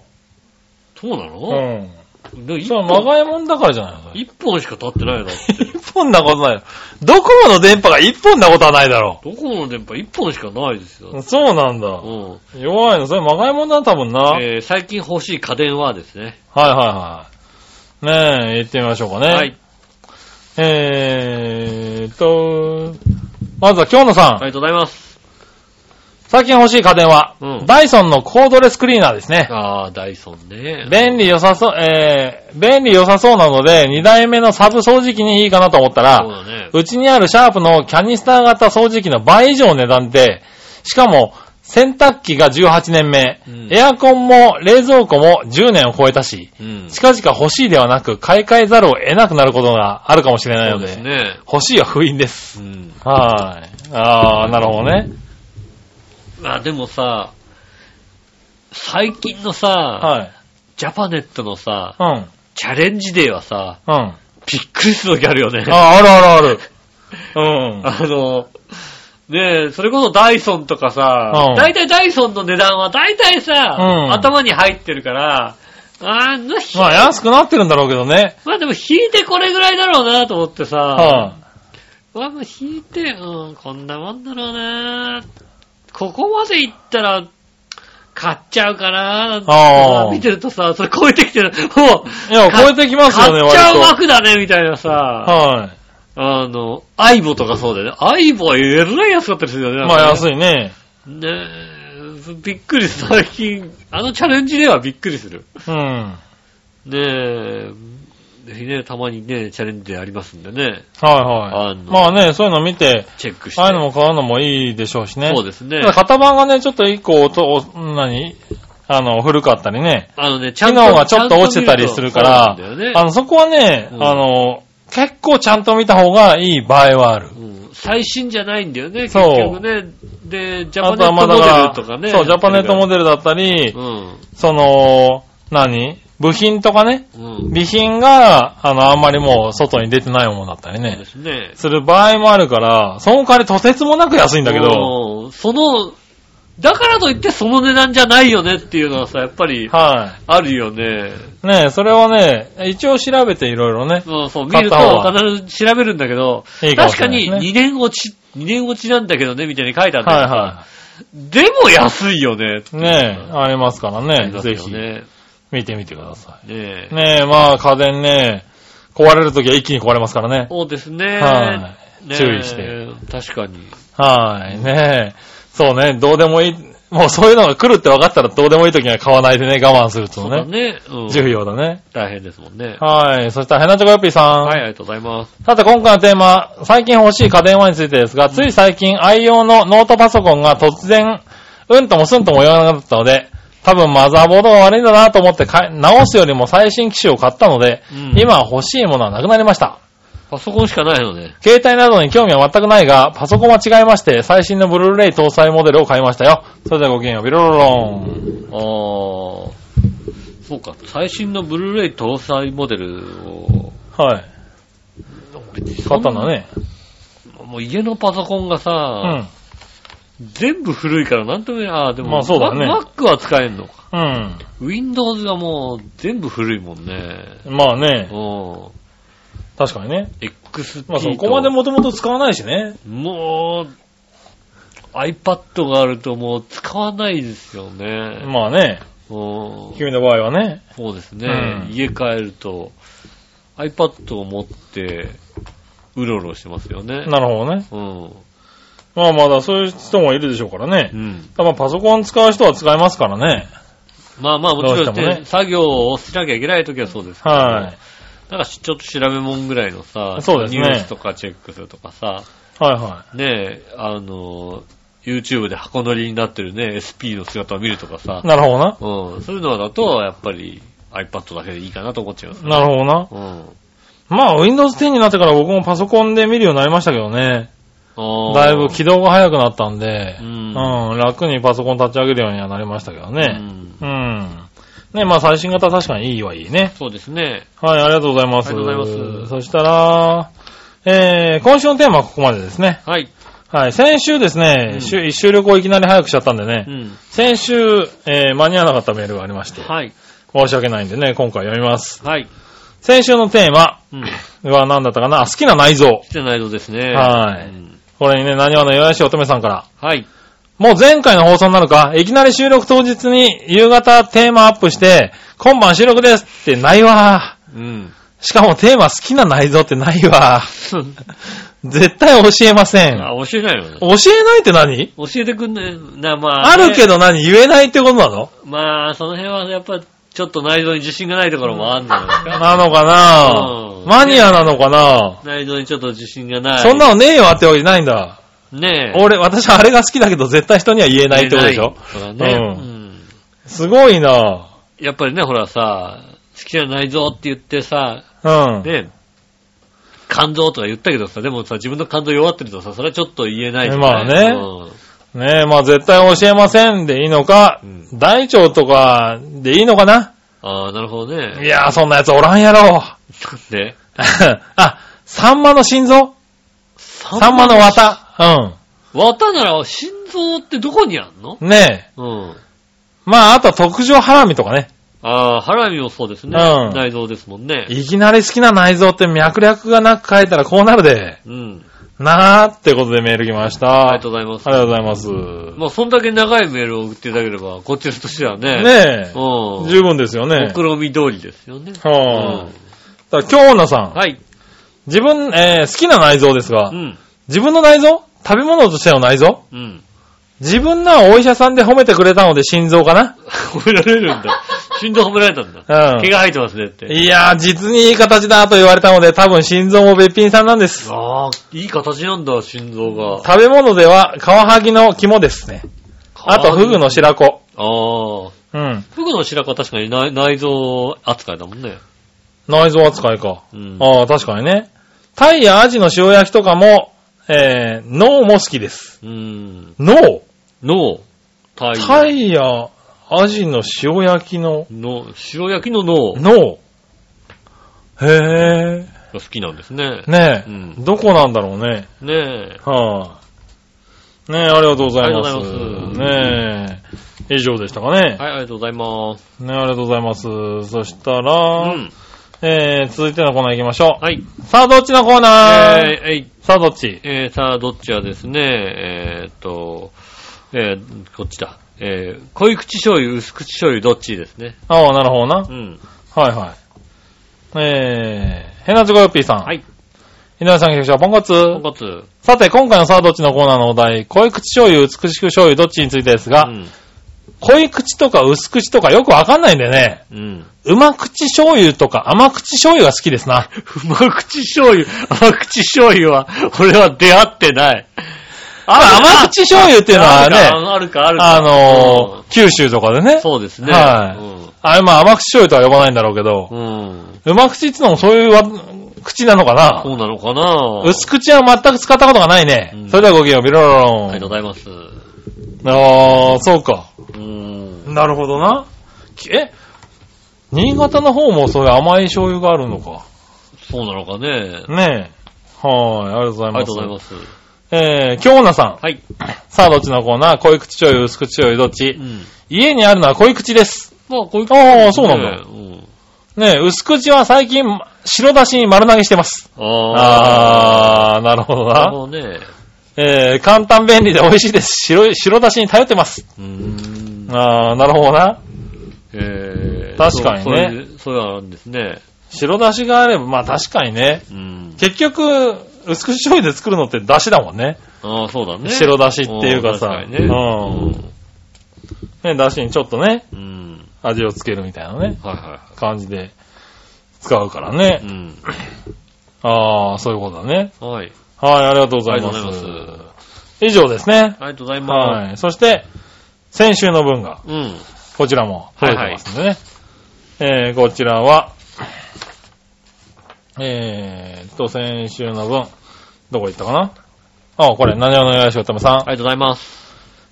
そうなうの、ん。で一それはま本、がいもんだからじゃないの一本しか立って <laughs> ないだって。一本なことないよ。ドコモの電波が一本なことはないだろどこの電波一本しかないですよ。う。そうなんだう。ん。弱いの。それまがいもんだ、多分な。はいえー最近欲しい家電はですね。はいはい。ねえ、行ってみましょうかね。はい。えと、まずは今日のさあん。りがとうございます。最近欲しい家電は、うんダイソンのコードレスクリーナーですね。ああ、ダイソンね。便利良さそう、えー、便利良さそうなので、2台目のサブ掃除機にいいかなと思ったそうら、だね。うちにあるシャープのキャニスター型掃除機の倍以上の値段で、しかも、洗濯機が18年目、うんエアコンも冷蔵庫も10年を超えたし、うん。近々欲しいではなく、買い替えざるを得なくなることがあるかもしれないそのうで、ですね。欲しいは不意です。うん。はーい。あー、なるほどね。まあでもさ、最近のさ、はい。ジャパネットのさ、うん。チャレンジデーはさ、うん。びっくりする時ある <laughs> よね。あ、あるあるある。あの、ねえ、それこそダイソンとかさう、ん大体ダイソンの値段は大体さ、うん頭に入ってるから、あの、ひうん。まあ、安くなってるんだろうけどね。まあでも引いてこれぐらいだろうなと思ってさ、はまあもう引いて、うん、こんなもんだろうなここまで行ったら、買っちゃうかなあー見てるとさ、それ超えてきてる。もう、いや、買超えてきますよね、買っちゃう割枠だね、みたいなと。さ、はあの、アイボとかそうだよね。アイボえらい安かったりするよね。い。まあ、なんかね安いね。ねえ、びっくりする最近、あのチャレンジではびっくりする。うん。ねえ、ぜひね、たまにね、チャレンジでありますんでね、はいはあい。のまあね、そういうの見て、チェックして。ああいうのも買うのもいいでしょうしね。そうですねた。だ型番がね、ちょっと一個、おと、お何あの、古かったりね。あのね、ちゃ機んと。能がちょっと落ちてたりするから、そうなんだよねあの、そこはね、うんあの、結構ちゃんと見た方がいい場合はある。うん最新じゃないんだよね、結そう局ね。で、ジャパあとネッはトまモあだデからルとかね。そう、ジャパネットモデデルだったり、うん。その、何部品とかね。うん。備品が、あの、あんまりもう外に出てないものだったりそうでね。すね。する場合もあるから、その代わりとてつもなく安いんだけど、うん、その、だからといってその値段じゃないよねっていうのはさ、やっぱりはあるよね。い。ねえそれはね、一応調べていろいろね。そうそう、見買るった方とが必ず調べるんだけど、いいかも確しかれないでにすね2年落ち、2年落ちなんだけどね、みたいに書いてあったはけいどはでも安いよね。い。ねえありますからあねり。ますぜよひ、ね。見てみてくださねい。え。ねえまあ家電ね、壊れるときは一気に壊れますからね。そうですね。はねえ注意して。確かに。はい。ねえそうね、どうでもいい。もうそういうのが来るって分かったらどうでもいいときには買わないでね、我慢するそとうだね。ね。うん重要だね。大変ですもんね。はい。そしたら、ヘナチョコヨッピーさん。はい、ありがとうございます。さて今回のテーマ、最近欲しい家電はについてですが、つい最近愛用のノートパソコンが突然、うんともすんとも言わなかったので、多分マザーボードが悪いんだなと思って買い直すよりも最新機種を買ったので、うん今は欲しいものはなくなりました。パソコンしかないのね。携帯などに興味は全くないが、パソコンは違いまして、最新のブルーレイ搭載モデルを買いましたよ。それではごきげんよう、ビロロあロン。あ。そうか。最新のブルーレイ搭載モデルを。はい。買ったんだね。もう家のパソコンがさ、うん。全部古いからなんとも言えない。ああ、でも、まあそうだねマ Mac は使えんのか。うん。 Windows がもう全部古いもんね。まあね、うん。確かにね。 XP と。まあそこまでもともと使わないしね。もう、iPad があるともう使わないですよね。まあね。うん君の場合はね。そうですね、うん家帰ると iPad を持ってうろうろしてますよね。なるほどね。うん。まあまだそういう人もいるでしょうからねう。ん。まあパソコン使う人は使いますからね。まあまあもちろん、どうしてもね、ね作業をしなきゃいけないときはそうですけど、はなんかしちょっと調べ物ぐらいのさ、そうですねニュースとかチェックするとかさ、はいはねえ、あの、YouTube で箱乗りになってるね、SP の姿を見るとかさい。、なるほどな。うん、そういうのだと、やっぱり iPad だけでいいかなと思っちゃいます。なるほどな。うん。まあ Windows 10になってから僕もパソコンで見るようになりましたけどね。あーだいぶ起動が早くなったんで、ううんん、楽にパソコン立ち上げるようにはなりましたけどうね。んうん。ね、まあ最新型は確かにいいはいいね。そうですね。はい、ありがとうございます。ありがとうございますそしたら、えー、今週のテーマはここまでですね。はい。はい、先週ですね、うんしゅ収録をいきなり早くしちゃったんでね、うん。先週、えー間に合わなかったメールがありまして、はい。申し訳ないんでね、今回読みます。はい。先週のテーマうん。は何だったかなあ好きな内臓。来てないのですね。はいうんこれにね、何話の岩井し乙女さんから。はい。もう前回の放送になるか、いきなり収録当日に夕方テーマアップして、今晩収録ですってないわ。 <laughs> うん。しかもテーマ好きな内臓ってないわ。絶対教えません。あ、教えないよね。教えないって何教えてくんない、な、まああね、るけど何言えないってことなのまあ、その辺はやっぱ、ちょっと内臓に自信がないところもあんのよ。なのかな、うんマニアなのかな、内臓にちょっと自信がない。そんなのねえわってわけじゃないんだ。ねえ。俺、私あれが好きだけど絶対人には言えないってことでしょそうだね、ううんん。すごいなやっぱりね、ほらさ、好きな内臓って言ってさ、うん。ね、肝臓とか言ったけどさ、でもさ、自分の肝臓弱ってるとさ、それはちょっと言えないじゃないまあねねえ、まあ絶対教えませんでいいのか、うん大腸とかでいいのかなああ、なるほどね。いやーそんなやつおらんやろ。 <laughs> ね。あ、サンマの心臓サンマの綿。綿なら心臓ってどこにあんのうん。ねえ。うん。まああとは特上ハラミとかね。ああ、ハラミもそうですね。うん内臓ですもんね。いきなり好きな内臓って脈略がなく書いたらこうなるで。うん。なーってことでメール来ました。ありがとううございます。ありがとうございます。まあ、そんだけ長いメールを送っていただければ、こっちとしてはね。ねうえ。ん。十分ですよね目。論見通りですよね。はあうんだから京女さん。はい。自分、えー好きな内臓ですがう、ん。自分の内臓食べ物としての内臓うん。 <laughs> 自分なお医者さんで褒めてくれたので心臓かな褒められるんだ。心臓褒められたんだ。うん毛が生えてますねって。いやー、実にいい形だと言われたので、多分心臓もべっぴんさんなんです。ああ、いい形なんだ、心臓が。食べ物では、カワハギの肝ですね。あと、フグの白子。ああ。うん。フグの白子は確かに内内臓扱いだもんね。内臓扱いか。うん。ああ、確かにね。タイやアジの塩焼きとかも、えー、脳も好きです。うん。脳脳。タイ。タイやアジの塩焼きのの、白焼きの脳が脳へ好きなんですね。え。ねえ、うんどこなんだろうね。ねえ。はあ。ねえ、ありがとうございます。ありがとうございますねえ。以上でしたかね。はい、ありがとうございます。ね、ありがとうございます。そしたうら、ん。えー、続いてのコーナー行きましょう。はい。さあ、どっちのコーナー、えー、えい。さあ、どっちえー、さあ、どっちはですね、えーっと、えー、こっちだ。えー、濃い口醤油、薄口醤油、どっちですね。ああ、なるほどな。うん。はいはい。えー、ヘナチョコヨッピーさん。はい。井上さん、局長、ポンコツ。とんかつ。うん。さて、今回のさあ、どっちのコーナーのお題、濃い口醤油、薄口醤油、どっちについてですが、濃い口とか薄口とかよくわかんないんだよね。うん。うま口醤油とか甘口醤油が好 <laughs> きですな。うま口醤油、甘口醤油は、俺は出会ってない。あ甘口醤油っていうのはね、あるか、あるか。あるかのーうん九州とかでね。そうですね。はあれ、まあ甘口醤油とは呼ばないんだろうけど、うん。うん。うま口ってのもそういうわ口なのかそなうなのかな薄口は全く使ったことがないね。うんそれではごきげんよう、ビロロロン。ありがとうございます。あー、そうか。うん。なるほどな。きえ新潟の方もそういう甘い醤油があるのか。そうなのかね。ねえ。はーい、ありがとうござあいりがます。とうございます。えー、京奈さん。はい。さあ、どっちのコーナー濃い口醤油、薄口醤油、どっち、うん。家にあるのは濃い口です。まあ、こういうああそうなんだうん。ねえ、薄口は最近、白だしに丸投げしてます。ああ。あー、なるほどなるな。ほどね。えー、簡単便利で美味しいです。白い、白だしに頼ってます。うーん。あー、なるほどな。えー、確かにねそう。そういう、そういうのあるんですね。白だしがあれば、まあ確かにね。うん。結局、薄口醤油で作るのってだしだもんね。ああ、そうだね。白だしっていうかさん確にね。ね、だしにちょっとね、うん。うん。味をつけるみたいなね、はいは感じで使うからねい。う。ん。あー、そういうことだね。はい。はい、ありがとうござあいりがまとうござすい。ま以上ですねす。。ありがとうございまはい。そして、先週の分が、す。うん。こちらも入ってますんでね。えー、こちらは、えーっと、先週の分、どこ行ったかなあ、これ、何をお願いしようともさん。ありがとうございます。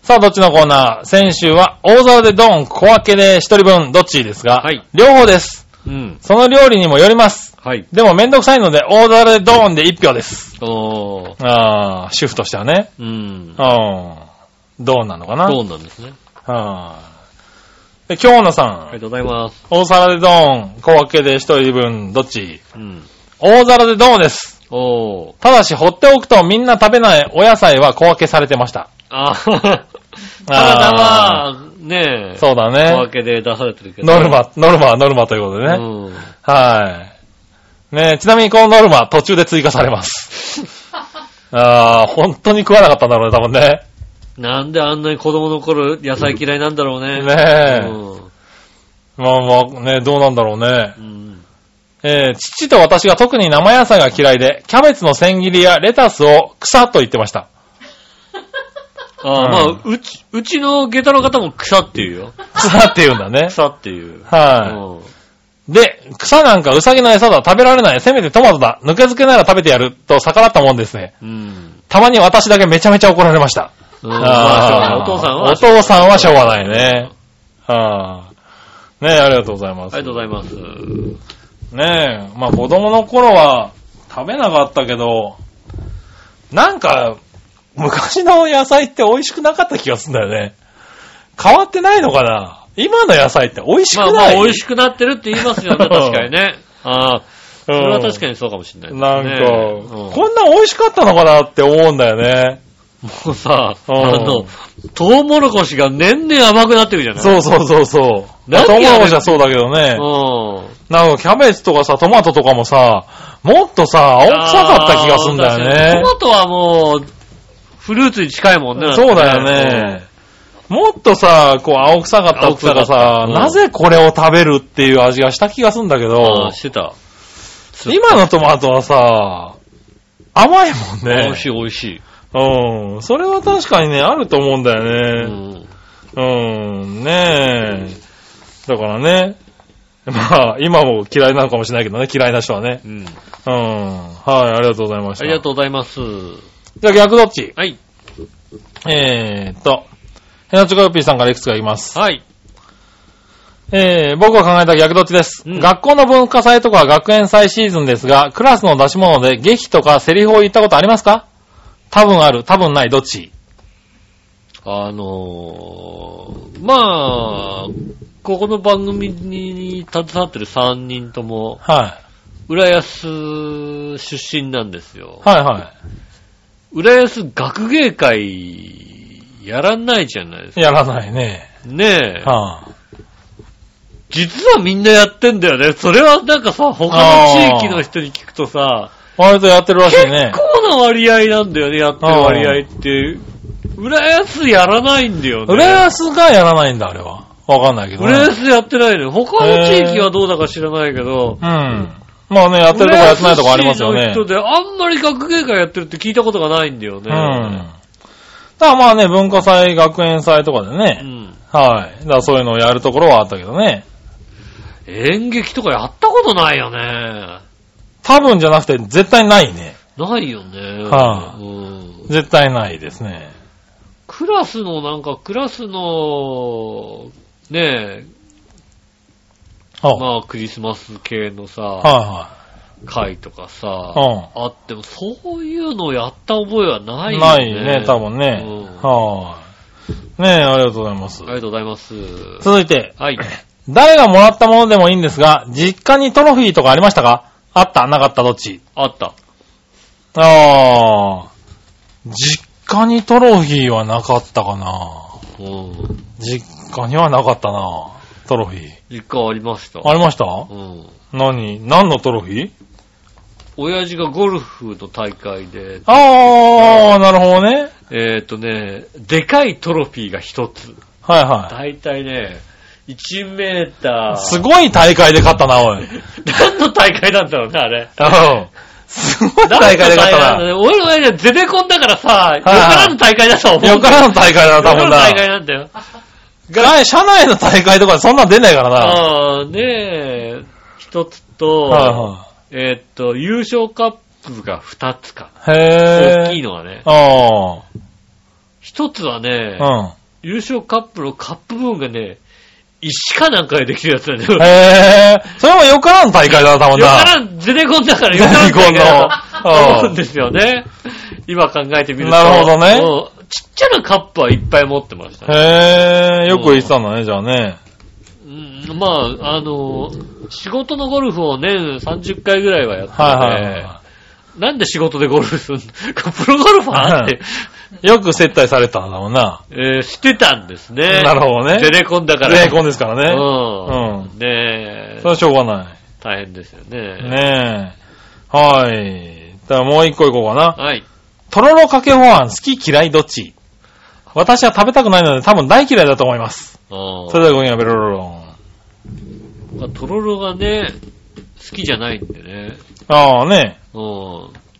さあ、どっちのコーナー先週は、大皿でドン、小分けで一人分、どっちですが、はい両方です。うん。その料理にもよります。はい。でもめんどくさいので、大皿でドンで一票です。おー。あー、主婦としてはね。うん。うん。ドンなのかなそうなんですね。はい。で、京野さあり。んがとうございます。大皿でドーン、小分けで一人分、どっちうん。大皿でドーンです。おー。ただし、放っておくとみんな食べないお野菜は小分けされてました。あはは。体は、ねえ。そうだ小ね。分けで出されてるけど。ノルマ、ノルマはノルマということでね。うん。はい。ねえちなみにこのノルマ、途中で追加されます。 <laughs> ああ、本当に食わなかったんだろうね、多分ね。なんであんなに子供の頃野菜嫌いなんだろうね。ねえ。まあまあ、ねどうなんだろうね。うん。うん。えー父と私が特に生野菜が嫌いで、キャベツの千切りやレタスを草と言ってました。ああ、うんまあ、うち、うちの下駄の方も草っていうよ。草って言うんだね。草っていう。はうんい。で、草なんかウサギの餌だ、食べられない、せめてトマトだ、ぬか漬けなら食べてやる、と逆らったもんですね。うん。たまに私だけめちゃめちゃ怒られました。うんまあーそうねお父さんは。お父さんはしょうがないね。はあ。ねえ、ありがとうございます。ありがとうございます。ねえ、まあ子供の頃は食べなかったけど、なんか、昔の野菜って美味しくなかった気がするんだよね。変わってないのかな今の野菜って美味しくまなあ、いまあ、美味しくなってるって言いますよ <laughs> ね、確かにね。ああ、それは確かに。にそうかもしれないですね。なんか、うんこんな美味しかったのかなって思うんだよね。もうさ、あうんの、トウモロコシが年々甘くなってるじゃないそうそうそうそう。なんトであウれモロコシはそうだけどね。うん。なんかキャベツとかさ、トマトとかもさ、もっとさ、青臭かった気がするんだよねあー確かに。トマトはもう、フルーツに近いもんね。そうだよね。もっとさ、こう、青臭かった奥さが青臭さ、かったうんなぜこれを食べるっていう味がした気がするんだけうん。どあー、してた。今のトマトはさ、甘いもんね。美味しい美味しい。うん。それは確かにね、あると思うんだうよね。ん。うん、ねえ。だからね。まあ、今も嫌いなのかもしれないけどね、嫌いな人はね。うん。うん。はい、ありがとうございまあした。りがとうございます。じゃあ逆どっちはい。えーっと、ヘナチョコヨッピーさんからいくつかいきます。はい。えー僕が考えた逆どっちです、うん学校の文化祭とか学園祭シーズンですが、クラスの出し物で劇とかセリフを言ったことありますか多分ある、多分ない、どっちあのー、まあ、ここの番組に携わってる3人とも、は浦安出身なんですよい。。はいは浦安学芸会、やらないじゃないですい。か。やらないね。ねえ。は実はみんなやってんだよね。それはなんかさ、他の地域の人に聞くとさ、い。割とやってるらし結いね。構な割合なんだよね、やってる割合って。浦安やらないんだよね。浦安がやらないんだ、あれは。わかんないけど、ね。浦安やってないのよ。他の地域はどうだか知らないけどう、ん。まあね、やってるとこやってないとこありますよ浦安ね市。の人であんまり学芸会やってるって聞いたことがないんだようん。だね。からまあね、文化祭、学園祭とかでうね。ん。はい。だからそういうのをやるところはあったけどね。演劇とかやったことないよね。多分じゃなくて、絶対ないね。ないよね。はあうん絶対ないですね。クラスのなんか、クラスの、ねえ、あ、まあクリスマス系のさ、は会とかさ、いは。あってもそういうのをやった覚えはないういん。よないね。ね、多分ねうん。はい。ねえ、ありがとうございますあり。がとうございます。続いて、はい。誰がもらったものでもいいんですが、実家にトロフィーとかありましたかあったなかったどっちあった。ああ。実家にトロフィーはなかったかな。うん。実家にはなかったな。トロフィー。実家ありました。ありましたうん。何何のトロフィー親父がゴルフの大会で、ああ、なるほどね。えっ、とね、でかいトロフィーが一つ。はいはだいたいね、1メーター。い。すごい大会で勝ったな、おい。何の大会なんだろうね、あれ。うんすごい大会で勝ったな。な。俺はね、ゼネコンだからさ、よからぬ大会だと思う。よからぬ大会だな、多よ分からぬ大会な。なんだよ。外社内の大会とかそんなん出ないからな。はいああ、ねえ、一つと、はえーっと、優勝カップが二つか。い。へぇー。大きいのはね。あ一つはね、あ。優勝カップのカップ部分がね、石かなんかでできるやつだね。うん。へぇー。それもよからぬ大会だな、多分よかな。らん、ゼネコンだからよからんだけゼネコンのど、うん思うんですよね。今考えてみると。なるほどねうんちっちゃなカップはいっぱい持ってましたね。へぇー。よく言ってたんだね、じゃあね。うん、まあ、あの、仕事のゴルフを年30回ぐらいはやってて、はいはいはなんで仕事でゴルフするの <laughs> プロゴルファーって、い。よく接待されたんだもんな。えーしてたんですね。なるほどねゼネコンだから。霊魂ですからね。うん。うねえそれはしょうがない。確大変ですよね。ねえ。はい。だからもう一個いこうかな。はい。とろろかけご飯、好き嫌いどっち私は食べたくないので多分大嫌いだと思います。あそれではごきげんよう、ベロロロン。まあ、とろろがね、好きじゃないんでね。ああね。うん。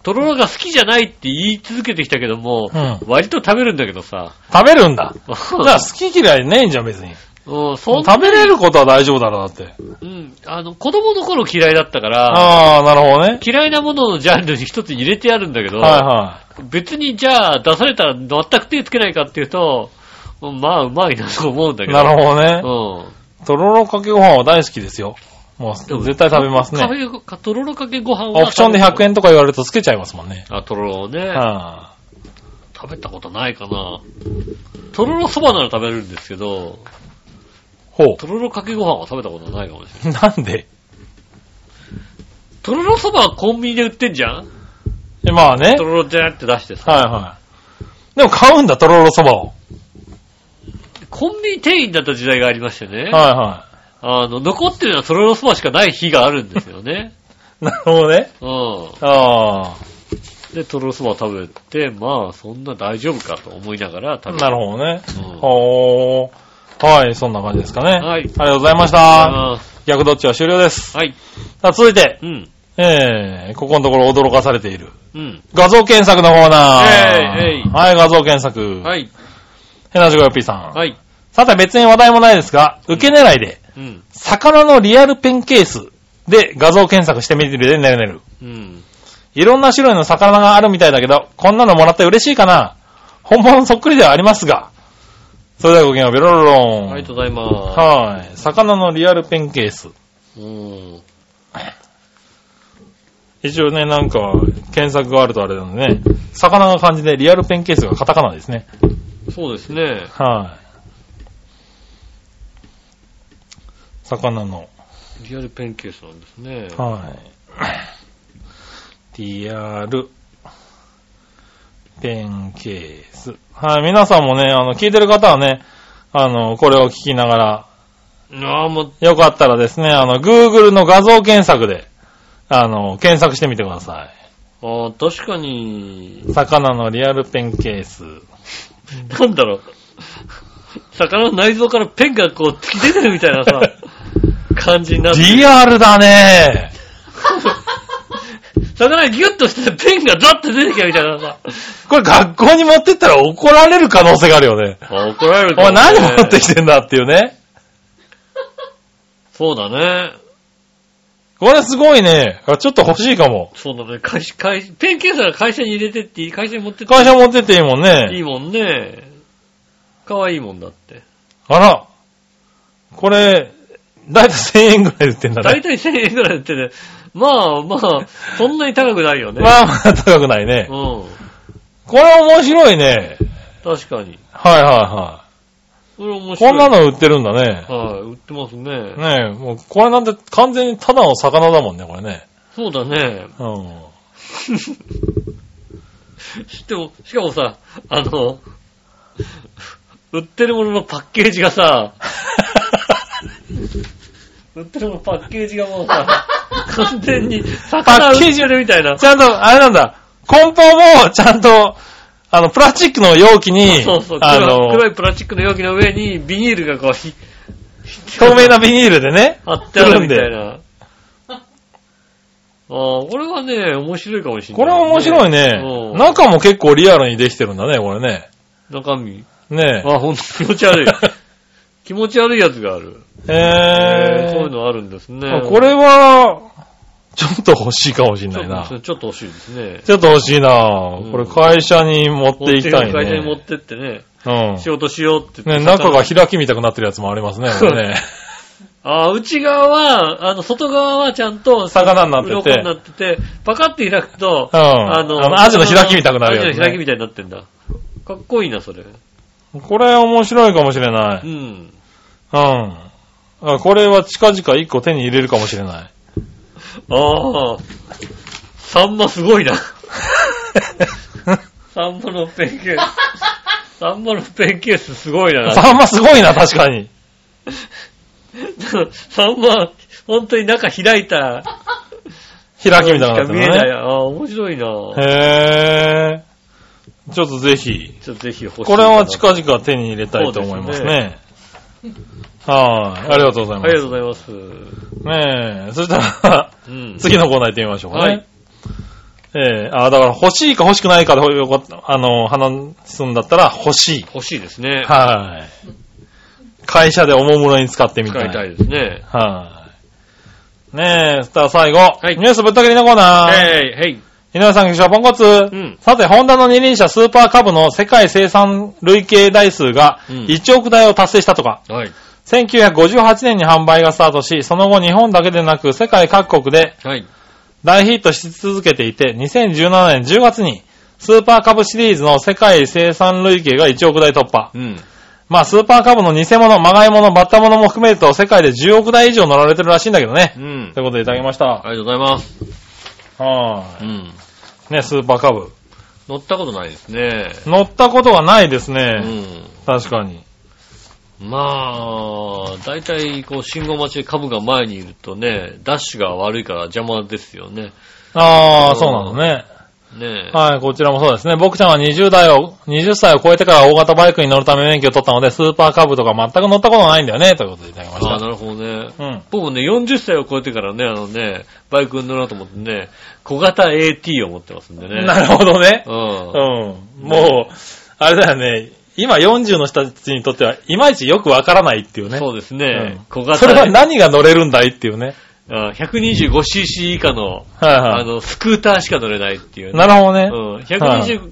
とろろが好きじゃないって言い続けてきたけども、うん割と食べるんだけどさ。食べるんだ。うんじゃあ好き嫌いねえんじゃん、別に。 <laughs> うん、そん食べれることは大丈夫だろう、だって。うん。あの、子供の頃嫌いだったから、ああ、なるほどね。嫌いなもののジャンルに一つ入れてあるんだけど、はいは別にじゃあ出されたら全く手つけないかっていうと、うんまあうまいなと思うんだい。けど。なるほどね。ほど。うん。とろろかけご飯は大好きですよ。もう絶対食べますカフね。ェか、とろろかけご飯は。オプションで100。円とか言われるとつけちゃいますもんね。あ、とろろをね、は食べたことないかな。とろろそばなら食べれるんですけど、あ、ほう。 <laughs> とろろかけご飯は食べたことないかもしれない。なんでとろろそばはコンビニで売ってんじゃんえまあねと。ろろじゃーって出してさ、はいはい。でも買うんだ、とろろそばを。コンビニ店員だった時代がありましてね、はいはあの、残ってるのはとろろそばしかない日があるんですよね。い。なるほどね。うん。あで、とろろそばを食べて、まあ、そんな大丈夫かと思いながらあ、食べて。なるほどね。うんほー。はい、そんな感じですかね。はいありがとうございました。あ逆どっちは終了です。ーはい。さあ、続いて、うん。えー、ここのところ驚かされている。うん。画像検索のコーナー。えいえいはい、画像検索。。はいい。ヘナジコヨッピーさん。はい。さて別に話題もないですが、受け狙いで、うん。魚のリアルペンケースで画像検索してみてるでねるねる。うん。いろんな種類の魚があるみたいだけど、こんなのもらって嬉しいかな。本物そっくりではありますが。それではごきげんよう、ベロロロン。ありがとうございます。はい。魚のリアルペンケース。うん。一応ね、なんか、検索があるとあれなんでね、魚が漢字でリアルペンケースがカタカナですね。そうですね。はい。魚の。リアルペンケースなんですね。はい。リアル、ペンケース。はい、皆さんもね、あの、聞いてる方はね、あの、これを聞きながら、ああ、もう、よかったらですね、あの、Google の画像検索で、あの、検索してみてくださああ、確かに、い。魚のリアルペンケース。なんだろう。 <laughs> 魚の内臓からペンがこう突き出てるみたいな <laughs> さ、感じになって。リアルだね魚がギュッとしてペンがザッて出てきたみたいなさ。これ学校に持ってったら怒られる可能性があるよね。あ怒られる <laughs> おかも前ね何持ってきてんだっていうね。そうだね。これすごいね。あちょっと欲しいかも。そうだね。会社、会社、ペンケースなら会社に入れてっていい、会社に持ってっていい会社持ってっていいもんね。いいもんね。かわいいもんだって。あら。これ、だいたい1000円ぐらいで売ってんだだいね。たい1000円くらいで売ってて、まあまあ、そんなに高くないよね。まあまあ高くないね。うん。これ面白いね。確かに。はいはそれ面いはい。こ白い。んなの売ってるんだね。はい、売ってますね。ねえ、もうこれなんて完全にただの魚だもんね、これね。そうだね。 <laughs> うん。しかも、しかもさ、あの、売ってるもののパッケージがさ、売ってるものパッケージがもうさ、完全に魚売ってるみたいな。ちゃんと、あれなんだ。梱包もちゃんと、あの、プラスチックの容器に、そうそう、あ黒い黒の、いプラスチックの容器の上にビニールがこうひ、透明なビニールでね。貼ってあるみたいな。ああ、これはね、面白いかもしれなこい、れは面白いねう。ん中も結構リアルにできてるんだね、これね。中身。ねあ、ほんと気持ち悪い。 <laughs> 気持ち悪いやつがある。え。えー、えーそういうのあるんですねあ。これは、ちょっと欲しいかもしんちょなっいとな。ちょっと欲しいですね。ちょっと欲しいなうんこれ会社に持っていきたい会社に持ねっ。てってね、うん。仕事しようって言っね、て。中が開きみたくなってるやつもありますね、これね。ああ、内側は、あの、外側はちゃんと、魚になってて鱗になってて、パカって開くと、うんあのアジの開きみたくなるやつねアジの開きみたいになってんだ。かっこいいな、それ。これ面白いかもしれなうい。ん。うん。あこれは近々一個手に入れるかもしれ <laughs> ない。ああ、サンマすごい <laughs> な。サンマのペンケース。サンマのペンケースすごいな。サンマすごいな、確かに。 3番、本当に中開いた。開きみたいなのだったしか見えない。ね。ああ、面白いなぁ。へー。ちょっとぜひ、ちょっとぜひ欲しいな。これは近々手に入れたいと思いますね。はい。ありがとうございあまりがすとうございます。。ねえ。そしたら、うん。次のコーナー行ってみましょうかね。はい。ええあ、だから欲しいか欲しくないかでよかった、あの、話すんだったら欲しい。欲しいですね。はい。会社でおもむろに使ってみた使い。いたいですね。はい。ねえ、そしたら最後。いニュースぶった切りのコーナー。えい、はい。井上さん、局長、ポンコツ。んさて、ホンダの二輪車スーパーカブの世界生産累計台数がうん1億台を達成したとか、はい。 1958年に販売がスタートし、その後日本だけでなく世界各国ではい。大ヒットし続けていて、2017年10月に、スーパーカブシリーズの世界生産累計が1億台突破。うん。まあ、スーパーカブの偽物、まがい物、バッタ物も含めると、世界で10億台以上乗られてるらしいんだけどねう。んと。いうことでいただきました。ありがとうございます。はうん。い。ね、スーパーカブ。乗ったことないですね。乗ったことはないですうね。ん。確かに。まあ、大体、こう、信号待ちで株が前にいるとね、ダッシュが悪いから邪魔ですよね。うああ、んそうなのね。ねえ。はい、こちらもそうですね。僕ちゃんは20代を、20歳を超えてから大型バイクに乗るため免許を取ったので、スーパーカブとか全く乗ったことないんだよね。ということでいただきまああ、しなるほどね。た。うん。僕もね、40歳を超えてからね、あのね、バイクに乗ろうと思ってね、小型 AT を持ってますんでね。なるほどね。うん。うん。もう、あれだよね。今40の人たちにとっては、いまいちよくわからないっていうね。そうですね。うん小型それは何が乗れるんだいっていうね。うん 125cc 以下の、はいあはの、スクーターしか乗れないっていう、い。なるほどね。うん。120、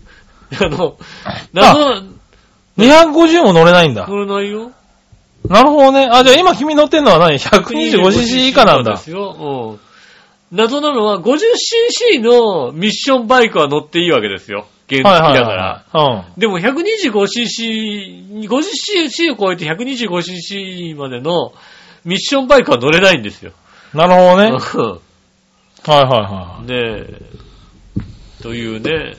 あの、あ謎、 250も乗れないんだ。乗れないよ。なるほどね。あ、じゃあ今君乗ってんのは何 ?125cc 以下なんでだ。すよ。うん。謎なのは、50cc のミッションバイクは乗っていいわけですよ。原付だはいから。はいはい。でも 125cc、50cc を超えて 125cc までのミッションバイクは乗れないんですよ。うん。なるほどね。うんはいはねえ。というね、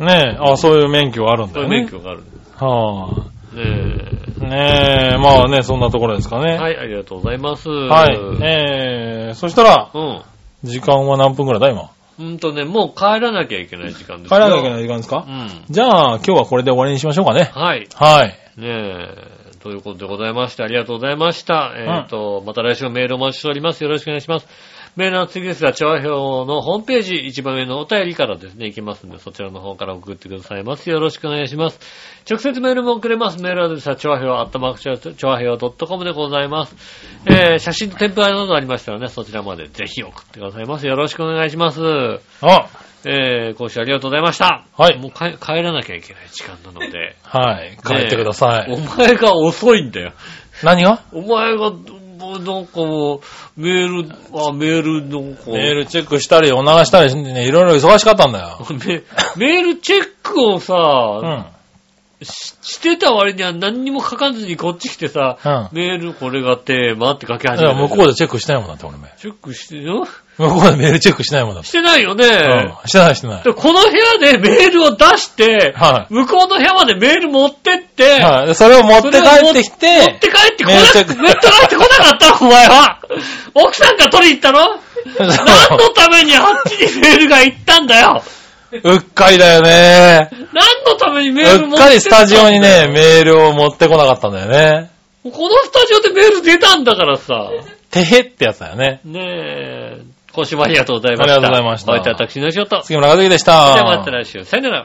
いはい。ねえ、あ、そういう免許があるんこだういうよね。免許がある。ねはえ。あ。ねえ、まあね、そんなところですかね。はい、ありがとうございます。はい。えー、そしたら、うん。時間は何分くらいだ今。うんとね、もう帰らなきゃいけない時間です。帰らなきゃいけないい時間ですかうん。じゃあ、今日はこれで終わりにしましょうかね。はい。はい。ねえ。ということでございまして、ありがとうございました。えっ、と、また来週もメールお待ちしております。よろしくお願いします。メールの次ですが、調和表のホームページ、一番上のお便りからですね、行きますんで、そちらの方から送ってくださいます。よろしくお願いします。直接メールも送れます。メールアドレスは、調和表、あったまくち調和表 .com でございます。えー、写真と添付などありましたらね、そちらまでぜひ送ってくださいます。よろしくお願いします。あ、えー、今週ありがとうございました。はいもう帰帰らなきゃいけない時間なので。はい。帰ってください。お前が遅いんだよ。何がお前が、もうなんかもう、メール、あ、メールのこう、メールチェックしたり、おならしたりしてね、いろいろ忙しかったんだよ。メメールチェックをうさ、ん。ししてた割には何にも書かずにこっち来てさ、うメールこれがテーマって書きい始めや、た。向こうでチェックしないもんだって、俺め。チェックしてよ向こうでメールチェックしないもんだって。してないよね。うん。してないしてない。でこの部屋でメールを出して、は向こうの部屋までメール持ってって、はい。でそれを持って帰ってき、持って <laughs> て帰ってこメールチなェッく、ク持って帰ってこなかったのお前は。奥さんが取りに行 <laughs> ったの何のためにあっちにメールが行ったんだようっかりだよね。何のためにメール持うっってかっりスタジオにね、メールを持ってこなかったんだよね。このスタジオでメール出たんだから <laughs> さ。てへってやつだよね。ねえ。今週もありがとうございました。ありがとうございましたお会いいたい私の仕事。そ杉村和樹でした。れではまた来週。さよなら。